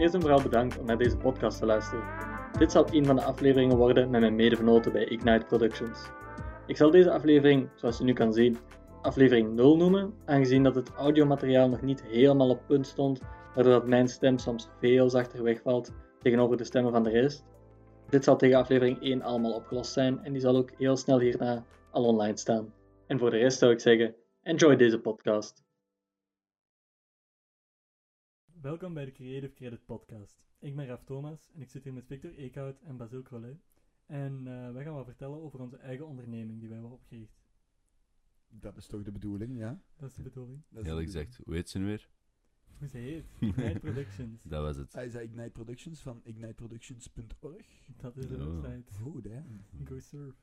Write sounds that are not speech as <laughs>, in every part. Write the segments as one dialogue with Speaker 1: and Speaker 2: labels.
Speaker 1: Eerst en vooral bedankt om naar deze podcast te luisteren. Dit zal een van de afleveringen worden met mijn medevenoten bij Ignite Productions. Ik zal deze aflevering, zoals je nu kan zien, aflevering 0 noemen, aangezien dat het audiomateriaal nog niet helemaal op punt stond, waardoor dat mijn stem soms veel zachter wegvalt tegenover de stemmen van de rest. Dit zal tegen aflevering 1 allemaal opgelost zijn en die zal ook heel snel hierna al online staan. En voor de rest zou ik zeggen, enjoy deze podcast. Welkom bij de Creative Credit Podcast. Ik ben Raf Thomas en ik zit hier met Victor Eekhout en Basil Collet. En eh, wij gaan wat vertellen over onze eigen onderneming die wij hebben opgericht.
Speaker 2: Dat is toch de bedoeling, ja?
Speaker 1: Dat is de bedoeling.
Speaker 2: Dat is de
Speaker 3: Eerlijk
Speaker 2: bedoeling.
Speaker 3: gezegd, hoe heet ze nu weer?
Speaker 1: Hoe ze
Speaker 3: <laughs>
Speaker 1: heet? Night Productions.
Speaker 3: Dat was het.
Speaker 2: Hij zei Ignite Productions van igniteproductions.org.
Speaker 1: Dat is de
Speaker 3: Oh.
Speaker 1: website.
Speaker 2: Goed, hè?
Speaker 1: Go surf.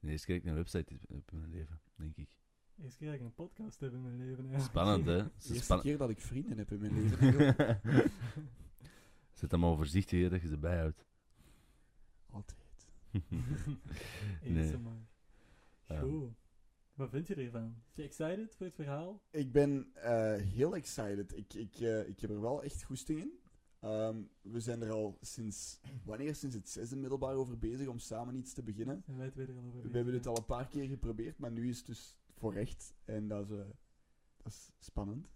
Speaker 3: De eerste keer dat ik een website heb- heb in mijn leven, denk ik.
Speaker 1: Eerst keer dat ik een podcast heb in mijn leven. eigenlijk.
Speaker 3: Spannend,
Speaker 1: <laughs>
Speaker 2: <laughs>
Speaker 3: hè?
Speaker 2: De
Speaker 3: Ze
Speaker 2: eerste
Speaker 3: span-
Speaker 2: keer dat ik vrienden heb in mijn
Speaker 3: <laughs>
Speaker 2: leven.
Speaker 3: Zet dan maar voorzichtig hè, dat je ze
Speaker 2: <laughs>
Speaker 3: bijhoudt.
Speaker 2: Altijd.
Speaker 3: Nee.
Speaker 1: ASMR.
Speaker 3: Ja.
Speaker 1: Goed. Wat vind je ervan? Ben je excited voor het verhaal?
Speaker 2: Ik ben eh, heel excited. Ik, ik, eh, ik heb er wel echt goesting in. Ehm, we zijn er al sinds, wanneer? Sinds het zesde middelbaar over bezig om samen iets te beginnen.
Speaker 1: En wij twee er al over
Speaker 2: We
Speaker 1: bezig,
Speaker 2: hebben het
Speaker 1: hè?
Speaker 2: al een paar keer geprobeerd, maar nu is het dus voor echt. En dat is, eh, dat is spannend.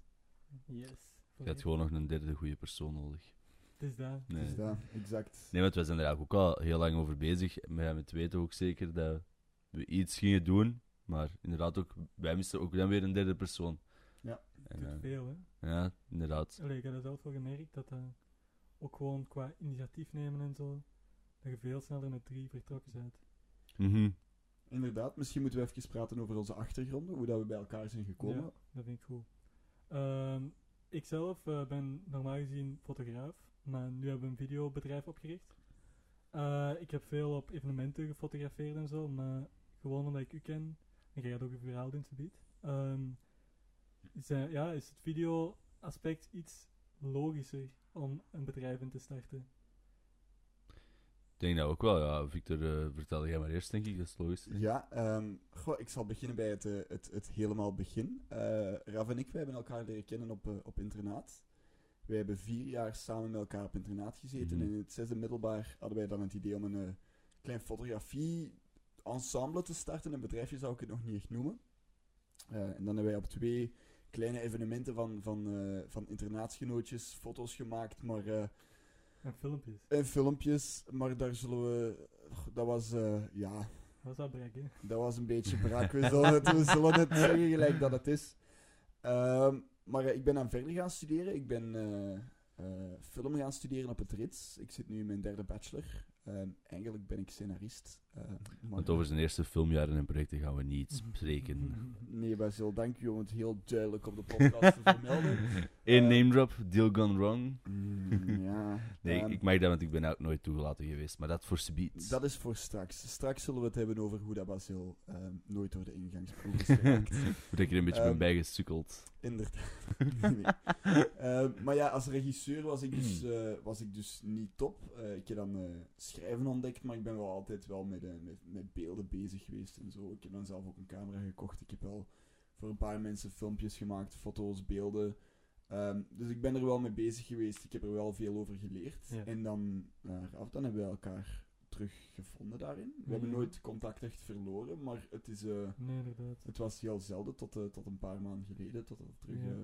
Speaker 1: Yes.
Speaker 3: Je had gewoon nog een derde goede persoon nodig.
Speaker 1: Het is daar.
Speaker 3: Nee.
Speaker 2: Dus dat, exact.
Speaker 3: Nee, want wij zijn er eigenlijk ook al heel lang over bezig. Maar ja, met weten ook zeker dat we iets gingen doen. Maar inderdaad ook, wij misten ook dan weer een derde persoon.
Speaker 2: Ja.
Speaker 3: En,
Speaker 1: doet
Speaker 3: eh,
Speaker 1: veel, hè?
Speaker 3: ja, inderdaad.
Speaker 1: Allee, ik heb er zelf wel gemerkt dat dat ook gewoon qua initiatief nemen en zo, dat je veel sneller met drie vertrokken bent.
Speaker 3: Mhm.
Speaker 2: Inderdaad, misschien moeten we even praten over onze achtergronden, hoe dat we bij elkaar zijn gekomen.
Speaker 1: Ja, dat vind ik goed. Ehm ik zelf eh, ben normaal gezien fotograaf, maar nu hebben we een videobedrijf opgericht. Eh, ik heb veel op evenementen gefotografeerd en zo, maar gewoon omdat ik u ken, en jij gaat ook een verhaal doen, subiet, Ehm is, eh, ja, is het video-aspect iets logischer om een bedrijf in te starten.
Speaker 3: Ik denk dat ook wel, ja. Victor, eh, vertel jij maar eerst, denk ik. Dat is logisch. hè?
Speaker 2: Ja, ehm, goh, ik zal beginnen bij het, eh, het, het helemaal begin. Eh Raf en ik, wij hebben elkaar leren kennen op, eh, op internaat. Wij hebben vier jaar samen met elkaar op internaat gezeten.
Speaker 3: Mhm.
Speaker 2: En in het zesde middelbaar hadden wij dan het idee om een eh, klein fotografie-ensemble te starten. Een bedrijfje zou ik het nog niet echt noemen. Eh, en dan hebben wij op twee kleine evenementen van, van, eh, van internaatsgenootjes foto's gemaakt. Maar eh,
Speaker 1: En filmpjes.
Speaker 2: en Eh, filmpjes, maar daar zullen we... Dat was, eh, ja,
Speaker 1: Dat is dat brak, hè?
Speaker 2: dat was een beetje brak. We zullen het, we zullen het zeggen gelijk dat het is. Ehm, maar eh, ik ben dan verder gaan studeren. Ik ben eh, eh, film gaan studeren op het Rits. Ik zit nu in mijn derde bachelor. Ehm, eigenlijk ben ik scenarist. Eh, maar-
Speaker 3: Want over zijn eerste filmjaren en projecten gaan we niet
Speaker 1: Mhm.
Speaker 3: spreken.
Speaker 2: Nee, Basil, dank u om het heel duidelijk op de podcast te vermelden.
Speaker 3: <laughs> Eén
Speaker 2: Eh,
Speaker 3: name drop, deal gone wrong.
Speaker 2: Mm, ja.
Speaker 3: Nee,
Speaker 2: Ehm,
Speaker 3: ik mag dat, want ik ben ook nooit toegelaten geweest. Maar dat voor subiet.
Speaker 2: Dat is voor straks. Straks zullen we het hebben over hoe dat Basil ehm, nooit door de ingangsproef is geraakt.
Speaker 3: Moet ik er een beetje
Speaker 2: Ehm,
Speaker 3: ben bijgesukkeld.
Speaker 2: Inderdaad. <laughs> Nee, nee. Eh, maar ja, als regisseur was ik dus, eh, was ik dus niet top. Eh, ik heb dan eh, schrijven ontdekt, maar ik ben wel altijd wel met, eh, met, met beelden bezig geweest en zo. Ik heb dan zelf ook een camera gekocht. Ik heb wel voor een paar mensen filmpjes gemaakt, foto's, beelden. Ehm, dus ik ben er wel mee bezig geweest. Ik heb er wel veel over geleerd.
Speaker 1: Ja.
Speaker 2: En dan, eh, Raf, dan hebben we elkaar teruggevonden daarin. We hebben
Speaker 1: Ja.
Speaker 2: nooit contact echt verloren, maar het is... eh,
Speaker 1: <laughs> Nee, inderdaad.
Speaker 2: het was heel zelden tot, eh, tot een paar maanden geleden, tot het terug
Speaker 1: Ja.
Speaker 2: eh,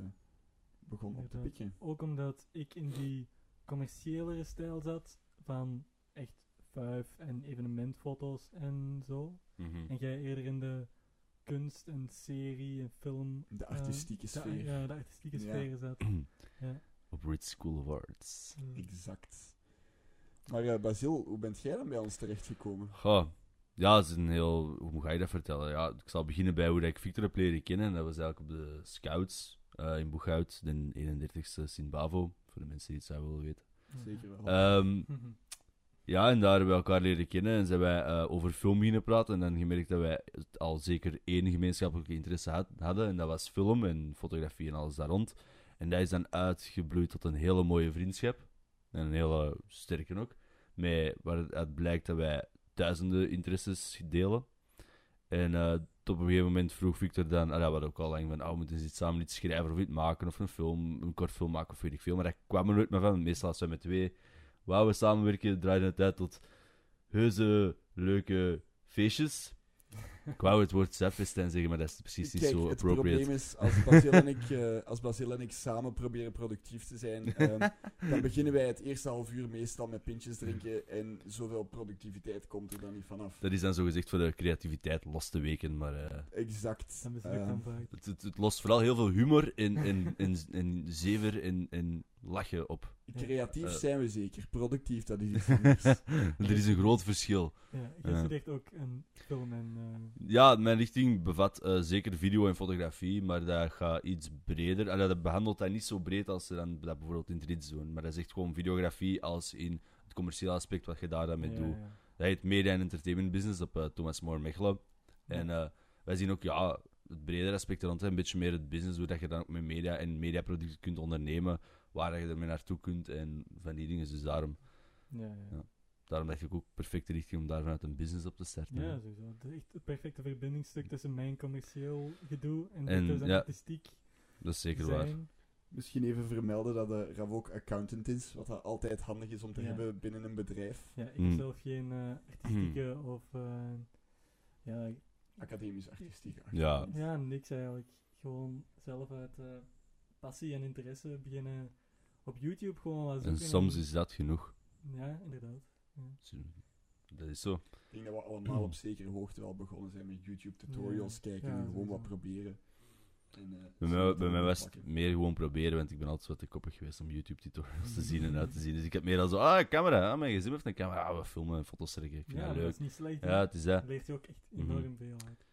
Speaker 2: begon op te
Speaker 1: Inderdaad.
Speaker 2: pikken.
Speaker 1: Ook omdat ik in die commerciëlere stijl zat van echt vuif en evenementfoto's en zo.
Speaker 3: Mhm.
Speaker 1: En jij eerder in de kunst en serie en film.
Speaker 2: De
Speaker 1: eh,
Speaker 2: artistieke
Speaker 1: de-
Speaker 2: sfeer.
Speaker 1: Ja, de artistieke
Speaker 2: Ja.
Speaker 1: sfeer
Speaker 3: <clears throat>
Speaker 1: zat. Ja.
Speaker 3: Op Ritz School of Arts.
Speaker 1: Mm.
Speaker 2: Exact. Maar eh Basil, hoe bent jij dan bij ons terechtgekomen?
Speaker 3: Goh. Ja, dat is een heel... Hoe ga je dat vertellen? Ja, ik zal beginnen bij hoe dat ik Victor heb leren kennen. En Dat was eigenlijk op de Scouts eh, in Boeghout, de 31ste Sint-Bavo. Voor de mensen die het zouden willen weten.
Speaker 1: <laughs>
Speaker 2: Zeker wel.
Speaker 3: Ehm,
Speaker 1: Mhm.
Speaker 3: Ja, en daar hebben we elkaar leren kennen en zijn wij eh, over film beginnen praten. En dan gemerkt dat wij het al zeker één gemeenschappelijke interesse had- hadden. En dat was film en fotografie en alles daar rond. En dat is dan uitgebloeid tot een hele mooie vriendschap. En een hele sterke ook. Met, waaruit blijkt dat wij duizenden interesses delen. En eh, Tot op een gegeven moment vroeg Victor dan, ah, ja, we hadden ook al lang van, oh, we moeten eens iets samen iets schrijven of iets maken of een film, een kort film maken of weet ik veel. Maar dat kwam er nooit meer van. Meestal als we met twee wou we samenwerken, draaide het uit tot heuse, leuke feestjes. Ik wou het woord zapfesten zeggen, maar dat is precies niet
Speaker 2: Kijk,
Speaker 3: zo
Speaker 2: het
Speaker 3: appropriate.
Speaker 2: probleem is, als Basil
Speaker 3: <laughs>
Speaker 2: en ik, eh, als Basil en ik samen proberen productief te zijn,
Speaker 3: <laughs>
Speaker 2: ehm, dan beginnen wij het eerste half uur meestal met pintjes drinken en zoveel productiviteit komt er dan niet vanaf.
Speaker 3: Dat is dan zo gezegd voor de creativiteit los te weken, maar eh,
Speaker 2: Exact.
Speaker 1: Dat mislukt dan
Speaker 2: Ehm,
Speaker 1: vaak.
Speaker 3: het, het, het lost vooral heel veel humor en, en, en, en zever en, en lachen op. <laughs>
Speaker 2: creatief
Speaker 3: Eh.
Speaker 2: zijn we zeker, productief dat is
Speaker 3: <laughs>
Speaker 2: iets anders.
Speaker 3: er is een groot verschil.
Speaker 1: Ja, ik
Speaker 3: Ja.
Speaker 1: studeer ook een film en... eh,
Speaker 3: Ja, mijn richting bevat eh, zeker video en fotografie, maar dat gaat iets breder. Allee, dat behandelt dat niet zo breed als ze dan dat bijvoorbeeld in 3 doen. Maar dat is echt gewoon videografie als in het commerciële aspect wat je daar dan mee
Speaker 1: ja,
Speaker 3: doet.
Speaker 1: ja.
Speaker 3: Dat heet Media en Entertainment Business op eh, Thomas More Mechelen. En eh, wij zien ook ja, het bredere aspect rond, hè, een beetje meer het business, hoe dat je dan ook met media en mediaproducten kunt ondernemen, waar dat je ermee naartoe kunt en van die dingen. Dus daarom,
Speaker 1: Ja, ja.
Speaker 3: Ja. daarom dacht ik ook perfecte richting om daar vanuit een business op te starten.
Speaker 1: Ja, sowieso. Het is echt het perfecte verbindingstuk tussen mijn commercieel gedoe en,
Speaker 3: En,
Speaker 1: Victor's
Speaker 3: ja,
Speaker 1: artistiek
Speaker 3: Dat is zeker waar.
Speaker 1: zijn.
Speaker 2: Misschien even vermelden dat eh Rav ook accountant is, wat dat altijd handig is om te
Speaker 1: Ja.
Speaker 2: hebben binnen een bedrijf.
Speaker 1: Ja, ik
Speaker 3: Hmm.
Speaker 1: heb zelf geen eh, artistieke of... eh, ja, ik-
Speaker 2: Academisch artistiek.
Speaker 3: Ja.
Speaker 2: achtergrond.
Speaker 1: ja, niks eigenlijk. Gewoon zelf uit eh, passie en interesse beginnen op YouTube gewoon wat
Speaker 3: En
Speaker 1: zoeken.
Speaker 3: soms is dat genoeg.
Speaker 1: Ja, inderdaad.
Speaker 3: Dat is zo.
Speaker 2: Ik denk dat we allemaal op zekere hoogte wel begonnen zijn met YouTube tutorials kijken
Speaker 1: Ja,
Speaker 2: en gewoon wat
Speaker 1: sowieso.
Speaker 2: proberen. En, eh, zien wat
Speaker 3: Bij mij,
Speaker 2: er
Speaker 3: bij mij
Speaker 2: van
Speaker 3: was het
Speaker 2: pakken.
Speaker 3: meer gewoon proberen, want ik ben altijd wat te koppig geweest om YouTube-tutorials te zien en uit te zien. Dus ik heb meer dan zo, ah, camera, ah, mijn gezin heeft een camera, ah, we filmen en foto's trekken, ik vind
Speaker 1: Ja,
Speaker 3: dat
Speaker 1: maar dat
Speaker 3: leuk.
Speaker 1: is niet slecht. hè.
Speaker 3: Ja, het is dat.
Speaker 1: Daar leert je ook echt
Speaker 3: Mhm.
Speaker 1: enorm veel uit.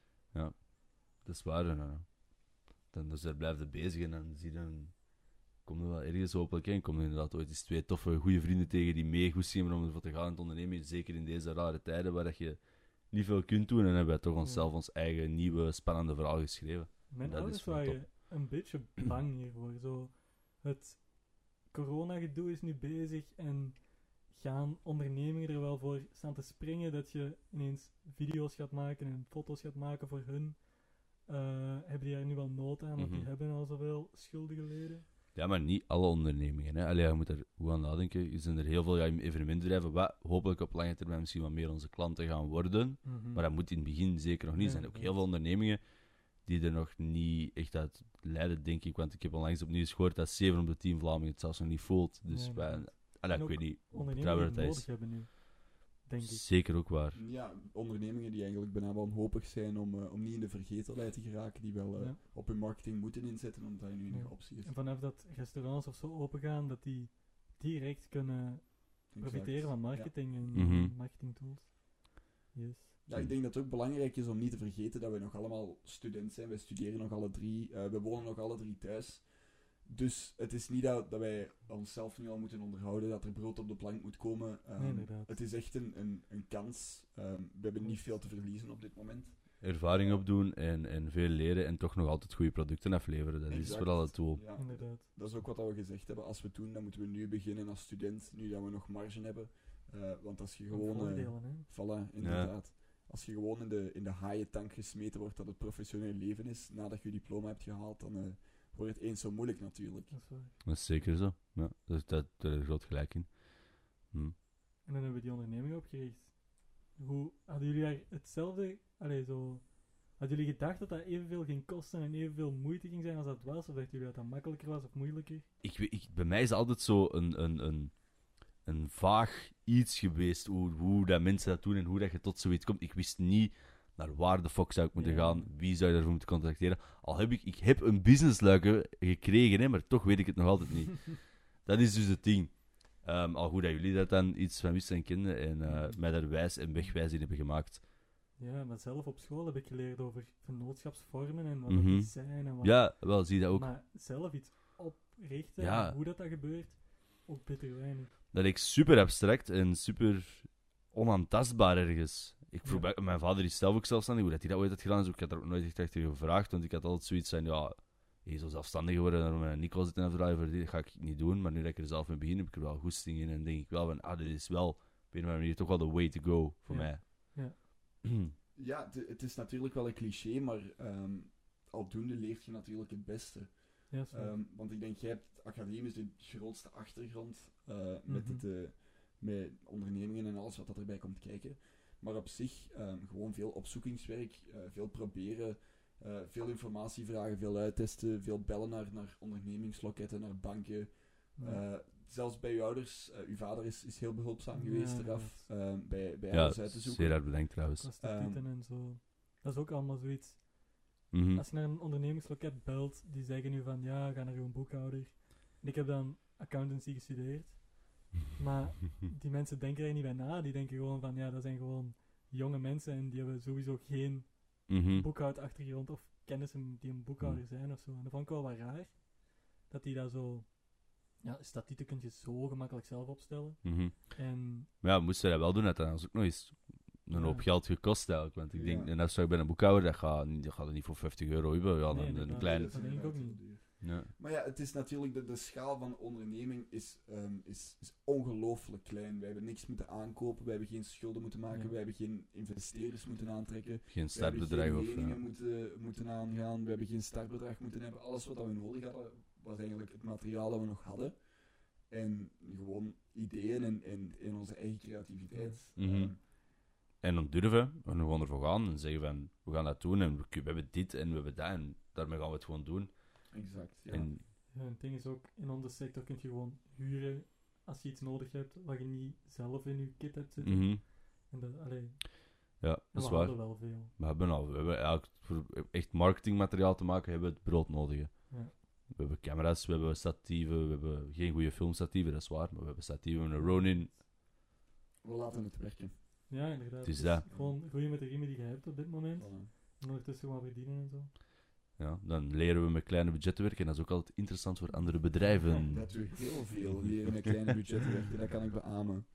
Speaker 3: Dat is waar. En, eh, dan, dus daar blijf je bezig en dan zie je dan... Kom je wel ergens hopelijk in. Kom je inderdaad ooit eens twee toffe, goede vrienden tegen die mee goed zien om ervoor te gaan en te ondernemen. Zeker in deze rare tijden waar dat je niet veel kunt doen. En hebben wij toch onszelf ons eigen nieuwe, spannende verhaal geschreven.
Speaker 1: Mijn
Speaker 3: Dat is
Speaker 1: ouders
Speaker 3: wel
Speaker 1: waren een
Speaker 3: <clears throat>
Speaker 1: beetje bang hiervoor. Zo, het corona-gedoe is nu bezig en gaan ondernemingen er wel voor staan te springen dat je ineens video's gaat maken en foto's gaat maken voor hun? Eh, hebben die daar nu wel nood aan? Want
Speaker 3: Mhm.
Speaker 1: die hebben al zoveel schulden geleden.
Speaker 3: Ja, maar niet alle ondernemingen. Hè. Allee, je moet er goed aan nadenken. Er zijn er heel veel ja, evenementbedrijven, wat hopelijk op lange termijn misschien wat meer onze klanten gaan worden. Maar dat moet in het begin zeker nog niet.
Speaker 1: Ja,
Speaker 3: zijn ook
Speaker 1: ja.
Speaker 3: heel veel ondernemingen die er nog niet echt uit lijden, denk ik. Want ik heb onlangs opnieuw eens gehoord dat 7 op de 10 Vlamingen het zelfs nog niet voelt. Dus
Speaker 1: Ja,
Speaker 3: wij-
Speaker 1: inderdaad.
Speaker 3: Allee,
Speaker 1: En
Speaker 3: ik weet
Speaker 1: ook
Speaker 3: niet hoe
Speaker 1: Ondernemingen die
Speaker 3: betrouwbaar
Speaker 1: het
Speaker 3: dat
Speaker 1: nodig
Speaker 3: is.
Speaker 1: hebben nu, denk ik.
Speaker 3: Zeker ook waar.
Speaker 2: Ja, ondernemingen die eigenlijk bijna wanhopig zijn om, eh, om niet in de vergetelheid te geraken, die wel eh,
Speaker 1: Ja.
Speaker 2: op hun marketing moeten inzetten, omdat dat hun enige
Speaker 1: Ja.
Speaker 2: optie is.
Speaker 1: En vanaf dat restaurants of zo opengaan, dat die direct kunnen
Speaker 2: Exact.
Speaker 1: profiteren van marketing en
Speaker 3: Mhm.
Speaker 1: marketing tools. Yes.
Speaker 2: Ja, ik denk dat het ook belangrijk is om niet te vergeten dat we nog allemaal student zijn. Wij studeren nog alle drie, eh, we wonen nog alle drie thuis. Dus het is niet dat, dat wij onszelf nu al moeten onderhouden, dat er brood op de plank moet komen. Ehm,
Speaker 1: Nee, inderdaad.
Speaker 2: het is echt een, een, een kans. Ehm, we hebben niet veel te verliezen op dit moment.
Speaker 3: Ervaring opdoen en, en veel leren en toch nog altijd goede producten afleveren. Dat is
Speaker 2: Exact.
Speaker 3: vooral het doel.
Speaker 2: Ja,
Speaker 1: Inderdaad.
Speaker 2: dat is ook wat dat we gezegd hebben. Als we het doen, dan moeten we nu beginnen als student, nu dat we nog marge hebben. Eh, want als je
Speaker 1: Ook
Speaker 2: gewoon... eh,
Speaker 1: voordelen, hè.
Speaker 2: Voilà, inderdaad. Als je gewoon in de, in de haaien tank gesmeten wordt dat het professioneel leven is, nadat je je diploma hebt gehaald, dan eh, wordt het eens zo moeilijk natuurlijk.
Speaker 1: Dat is waar.
Speaker 3: Dat is zeker zo. Ja, dus dat, daar heb je groot gelijk in.
Speaker 1: En dan hebben we die onderneming opgericht. Hoe hadden jullie daar hetzelfde, allee, zo, hadden jullie gedacht dat dat evenveel ging kosten en evenveel moeite ging zijn als dat was? Of dachten jullie dat dat makkelijker was of moeilijker?
Speaker 3: ik, weet- ik, bij mij is altijd zo een, een, een, een vaag iets geweest hoe, hoe dat mensen dat doen en hoe dat je tot zoiets komt. Ik wist niet naar waar de fuck zou ik moeten
Speaker 1: Ja.
Speaker 3: gaan, wie zou je daarvoor moeten contacteren. Al heb ik, ik heb een businessluiken gekregen, hè, maar toch weet ik het nog <laughs>
Speaker 1: <laughs>
Speaker 3: altijd niet. dat is dus het ding. Ehm, al goed dat jullie dat dan iets van wisten en kenden en eh, mij daar wijs en wegwijs in hebben gemaakt.
Speaker 1: Ja, maar zelf op school heb ik geleerd over vennootschapsvormen en wat
Speaker 3: Mhm.
Speaker 1: dat is zijn en wat
Speaker 3: Ja, wel, zie je dat ook.
Speaker 1: Maar zelf iets oprichten,
Speaker 3: Ja.
Speaker 1: hoe dat, dat gebeurt, ook bitter weinig.
Speaker 3: Dat ik super abstract en super onaantastbaar ergens. Ik vroeg
Speaker 1: Ja.
Speaker 3: bij- mijn vader is zelf ook zelfstandig, hoe dat hij dat ooit had gedaan. Dus ik had daar ook nooit echt achter gevraagd, want ik had altijd zoiets van, ja, je is zo zelfstandig geworden, daarom een Nico zitten afdraaien, voor dit ga ik niet doen. Maar nu dat ik er zelf mee begin, heb ik er wel goesting in en <clears throat> denk ik wel van, ah, dit is wel, op een of andere manier, toch wel de way to go voor
Speaker 1: Ja.
Speaker 3: mij.
Speaker 1: Ja.
Speaker 2: ja, het, het is natuurlijk wel een cliché, maar ehm, aldoende leert je natuurlijk het beste.
Speaker 1: Ja, is waar.
Speaker 2: Ehm, want ik denk, jij hebt academisch de grootste achtergrond eh, met,
Speaker 1: Mhm.
Speaker 2: het, eh, met ondernemingen en alles wat dat erbij komt kijken. Maar op zich ehm, gewoon veel opzoekingswerk, eh, veel proberen, eh, veel informatie vragen, veel uittesten, veel bellen naar, naar ondernemingsloketten, naar banken.
Speaker 1: Ja.
Speaker 2: Eh, zelfs bij je ouders, eh, uw vader is, is heel behulpzaam
Speaker 1: Ja,
Speaker 2: geweest eraf
Speaker 1: ja.
Speaker 2: ehm, bij, bij
Speaker 3: Ja,
Speaker 2: alles uit te zoeken.
Speaker 3: zeer hard bedenkt trouwens.
Speaker 1: Prostituten en zo. Dat is ook allemaal zoiets.
Speaker 3: Mhm.
Speaker 1: Als je naar een ondernemingsloket belt, die zeggen nu van ja, ga naar uw boekhouder. En ik heb dan accountancy gestudeerd. Maar die mensen denken er niet bij na. Die denken gewoon van ja, dat zijn gewoon jonge mensen en die hebben sowieso geen
Speaker 3: Mhm.
Speaker 1: boekhoudachtergrond of kennissen die een boekhouder zijn of zo. En dat vond ik wel wat raar. Dat die dat zo. Ja, statieten kun je zo gemakkelijk zelf opstellen.
Speaker 3: Mhm.
Speaker 1: En
Speaker 3: Maar ja, moesten we dat wel doen, had dat ons ook nog eens een
Speaker 1: Ja.
Speaker 3: hoop geld gekost eigenlijk. Want ik denk,
Speaker 2: Ja.
Speaker 3: en dat zou ik bij een boekhouder, dat gaat, niet- dat gaat er niet voor 50 euro hebben. Ja,
Speaker 1: Nee,
Speaker 3: een- een,
Speaker 1: inderdaad.
Speaker 2: Nee,
Speaker 3: kleine...
Speaker 2: is
Speaker 1: Dat denk ik
Speaker 2: inderdaad
Speaker 1: ook niet.
Speaker 2: heel duur.
Speaker 3: Ja.
Speaker 2: Maar ja, het is natuurlijk, de, de schaal van onderneming is, ehm, is, is ongelooflijk klein. Wij hebben niks moeten aankopen, wij hebben geen schulden moeten maken,
Speaker 1: Ja.
Speaker 2: wij hebben geen investeerders moeten aantrekken.
Speaker 3: Geen
Speaker 2: We hebben
Speaker 3: startbedrag
Speaker 2: geen
Speaker 3: of...
Speaker 2: leningen
Speaker 3: eh,
Speaker 2: moeten, moeten aangaan, we hebben geen startbedrag moeten hebben. Alles wat we nodig hadden, was eigenlijk het materiaal dat we nog hadden. En gewoon ideeën en, en, en onze eigen creativiteit.
Speaker 3: Mhm.
Speaker 2: Ehm,
Speaker 3: En dan durven en gewoon ervoor gaan en zeggen van, we gaan dat doen en we, we hebben dit en we hebben dat en daarmee gaan we het gewoon doen.
Speaker 2: exact, ja.
Speaker 3: En,
Speaker 1: Ja, het ding is ook, in onze sector kun je gewoon huren als je iets nodig hebt wat je niet zelf in je kit hebt zitten.
Speaker 3: mhm.
Speaker 1: En dat, allee,
Speaker 3: Ja, dat is
Speaker 1: we
Speaker 3: waar.
Speaker 1: hadden wel veel.
Speaker 3: We hebben al, we hebben eigenlijk voor echt marketingmateriaal te maken, hebben we het brood nodig. hè.
Speaker 1: Ja.
Speaker 3: We hebben camera's, we hebben statieven, we hebben geen goede filmstatieven, dat is waar, maar we hebben statieven, we hebben een Ronin.
Speaker 2: We laten het werken.
Speaker 1: Ja, inderdaad. Dus
Speaker 3: Het is dat.
Speaker 1: Gewoon groeien met de riemen die je hebt op dit moment.
Speaker 2: Voilà.
Speaker 1: En ondertussen gewoon verdienen en zo.
Speaker 3: Ja, dan leren we met kleine budgetten werken en dat is ook altijd interessant voor andere bedrijven.
Speaker 2: Dat we heel veel leren met kleine budgetten werken, dat kan ik beamen.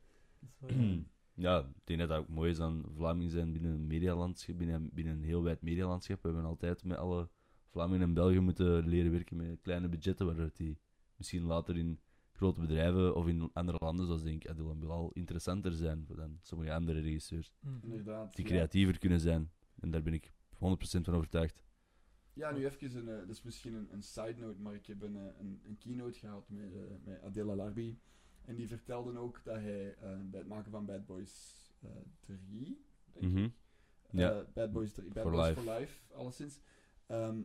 Speaker 1: Dat is wel, eh, ja.
Speaker 3: Mhm. Ja, ik denk dat dat ook mooi is aan Vlamingen zijn binnen een medialandschap, binnen, binnen een heel wijd medialandschap. We hebben altijd met alle Vlamingen en Belgen moeten leren werken met kleine budgetten, waardoor die misschien later in grote bedrijven of in andere landen, zoals denk ik Adil en Bilal, interessanter zijn dan sommige andere regisseurs.
Speaker 1: Mhm.
Speaker 2: Inderdaad.
Speaker 3: Die
Speaker 2: ja.
Speaker 3: creatiever kunnen zijn. En daar ben ik 100% van overtuigd.
Speaker 2: Ja, nu even een, eh, dat is misschien een, een side note, maar ik heb een, eh, een, een keynote gehad met, eh, met Adela Larbi. En die vertelde ook dat hij eh, bij het maken van Bad Boys eh 3, denk
Speaker 3: Mhm.
Speaker 2: ik, eh,
Speaker 3: Ja.
Speaker 2: Bad Boys 3, Bad
Speaker 3: For
Speaker 2: Boys
Speaker 3: Life.
Speaker 2: for Life, alleszins. Ehm,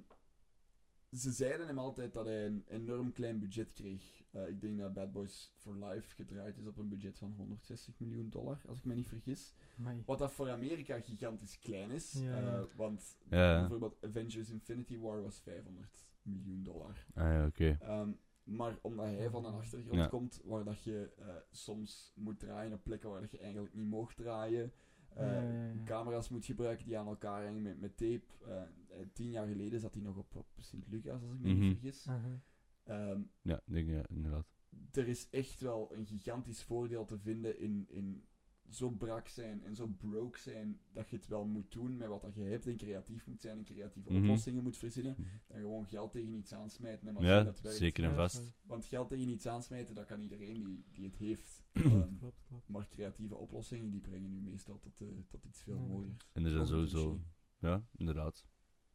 Speaker 2: ze zeiden hem altijd dat hij een enorm klein budget kreeg. Eh, ik denk dat Bad Boys for Life gedraaid is op een budget van 160 miljoen dollar, als ik me niet vergis.
Speaker 1: Amai.
Speaker 2: Wat dat voor Amerika gigantisch klein is.
Speaker 1: Ja.
Speaker 2: eh, want
Speaker 3: Ja.
Speaker 2: bijvoorbeeld Avengers Infinity War was 500 miljoen dollar.
Speaker 3: Ah ja, oké.
Speaker 2: Ehm, maar omdat hij van een achtergrond
Speaker 3: Ja.
Speaker 2: komt waar dat je eh, soms moet draaien op plekken waar dat je eigenlijk niet mocht draaien. eh,
Speaker 1: Ja, ja, ja.
Speaker 2: Camera's moet gebruiken die aan elkaar hangen met, met tape. Eh, eh, tien jaar geleden zat hij nog op, op Sint-Lucas, als ik me
Speaker 3: Mhm.
Speaker 2: niet vergis.
Speaker 1: Aha.
Speaker 2: Ehm,
Speaker 3: Ja, ik denk ja, inderdaad.
Speaker 2: er is echt wel een gigantisch voordeel te vinden in, in zo brak zijn en zo broke zijn dat je het wel moet doen met wat dat je hebt en creatief moet zijn en creatieve
Speaker 3: Mhm.
Speaker 2: oplossingen moet verzinnen. En gewoon geld tegen iets aansmijten en als je
Speaker 3: Ja,
Speaker 2: dat werkt.
Speaker 3: zeker en
Speaker 1: Ja,
Speaker 3: nou vast.
Speaker 1: sorry.
Speaker 2: Want geld tegen iets aansmijten, dat kan iedereen die, die het
Speaker 3: <clears throat>
Speaker 2: heeft. Ehm,
Speaker 1: Klopt, klopt.
Speaker 2: maar creatieve oplossingen die brengen nu meestal tot, eh, tot iets veel
Speaker 1: Ja,
Speaker 2: mooier.
Speaker 3: En er zijn sowieso... Ja, inderdaad.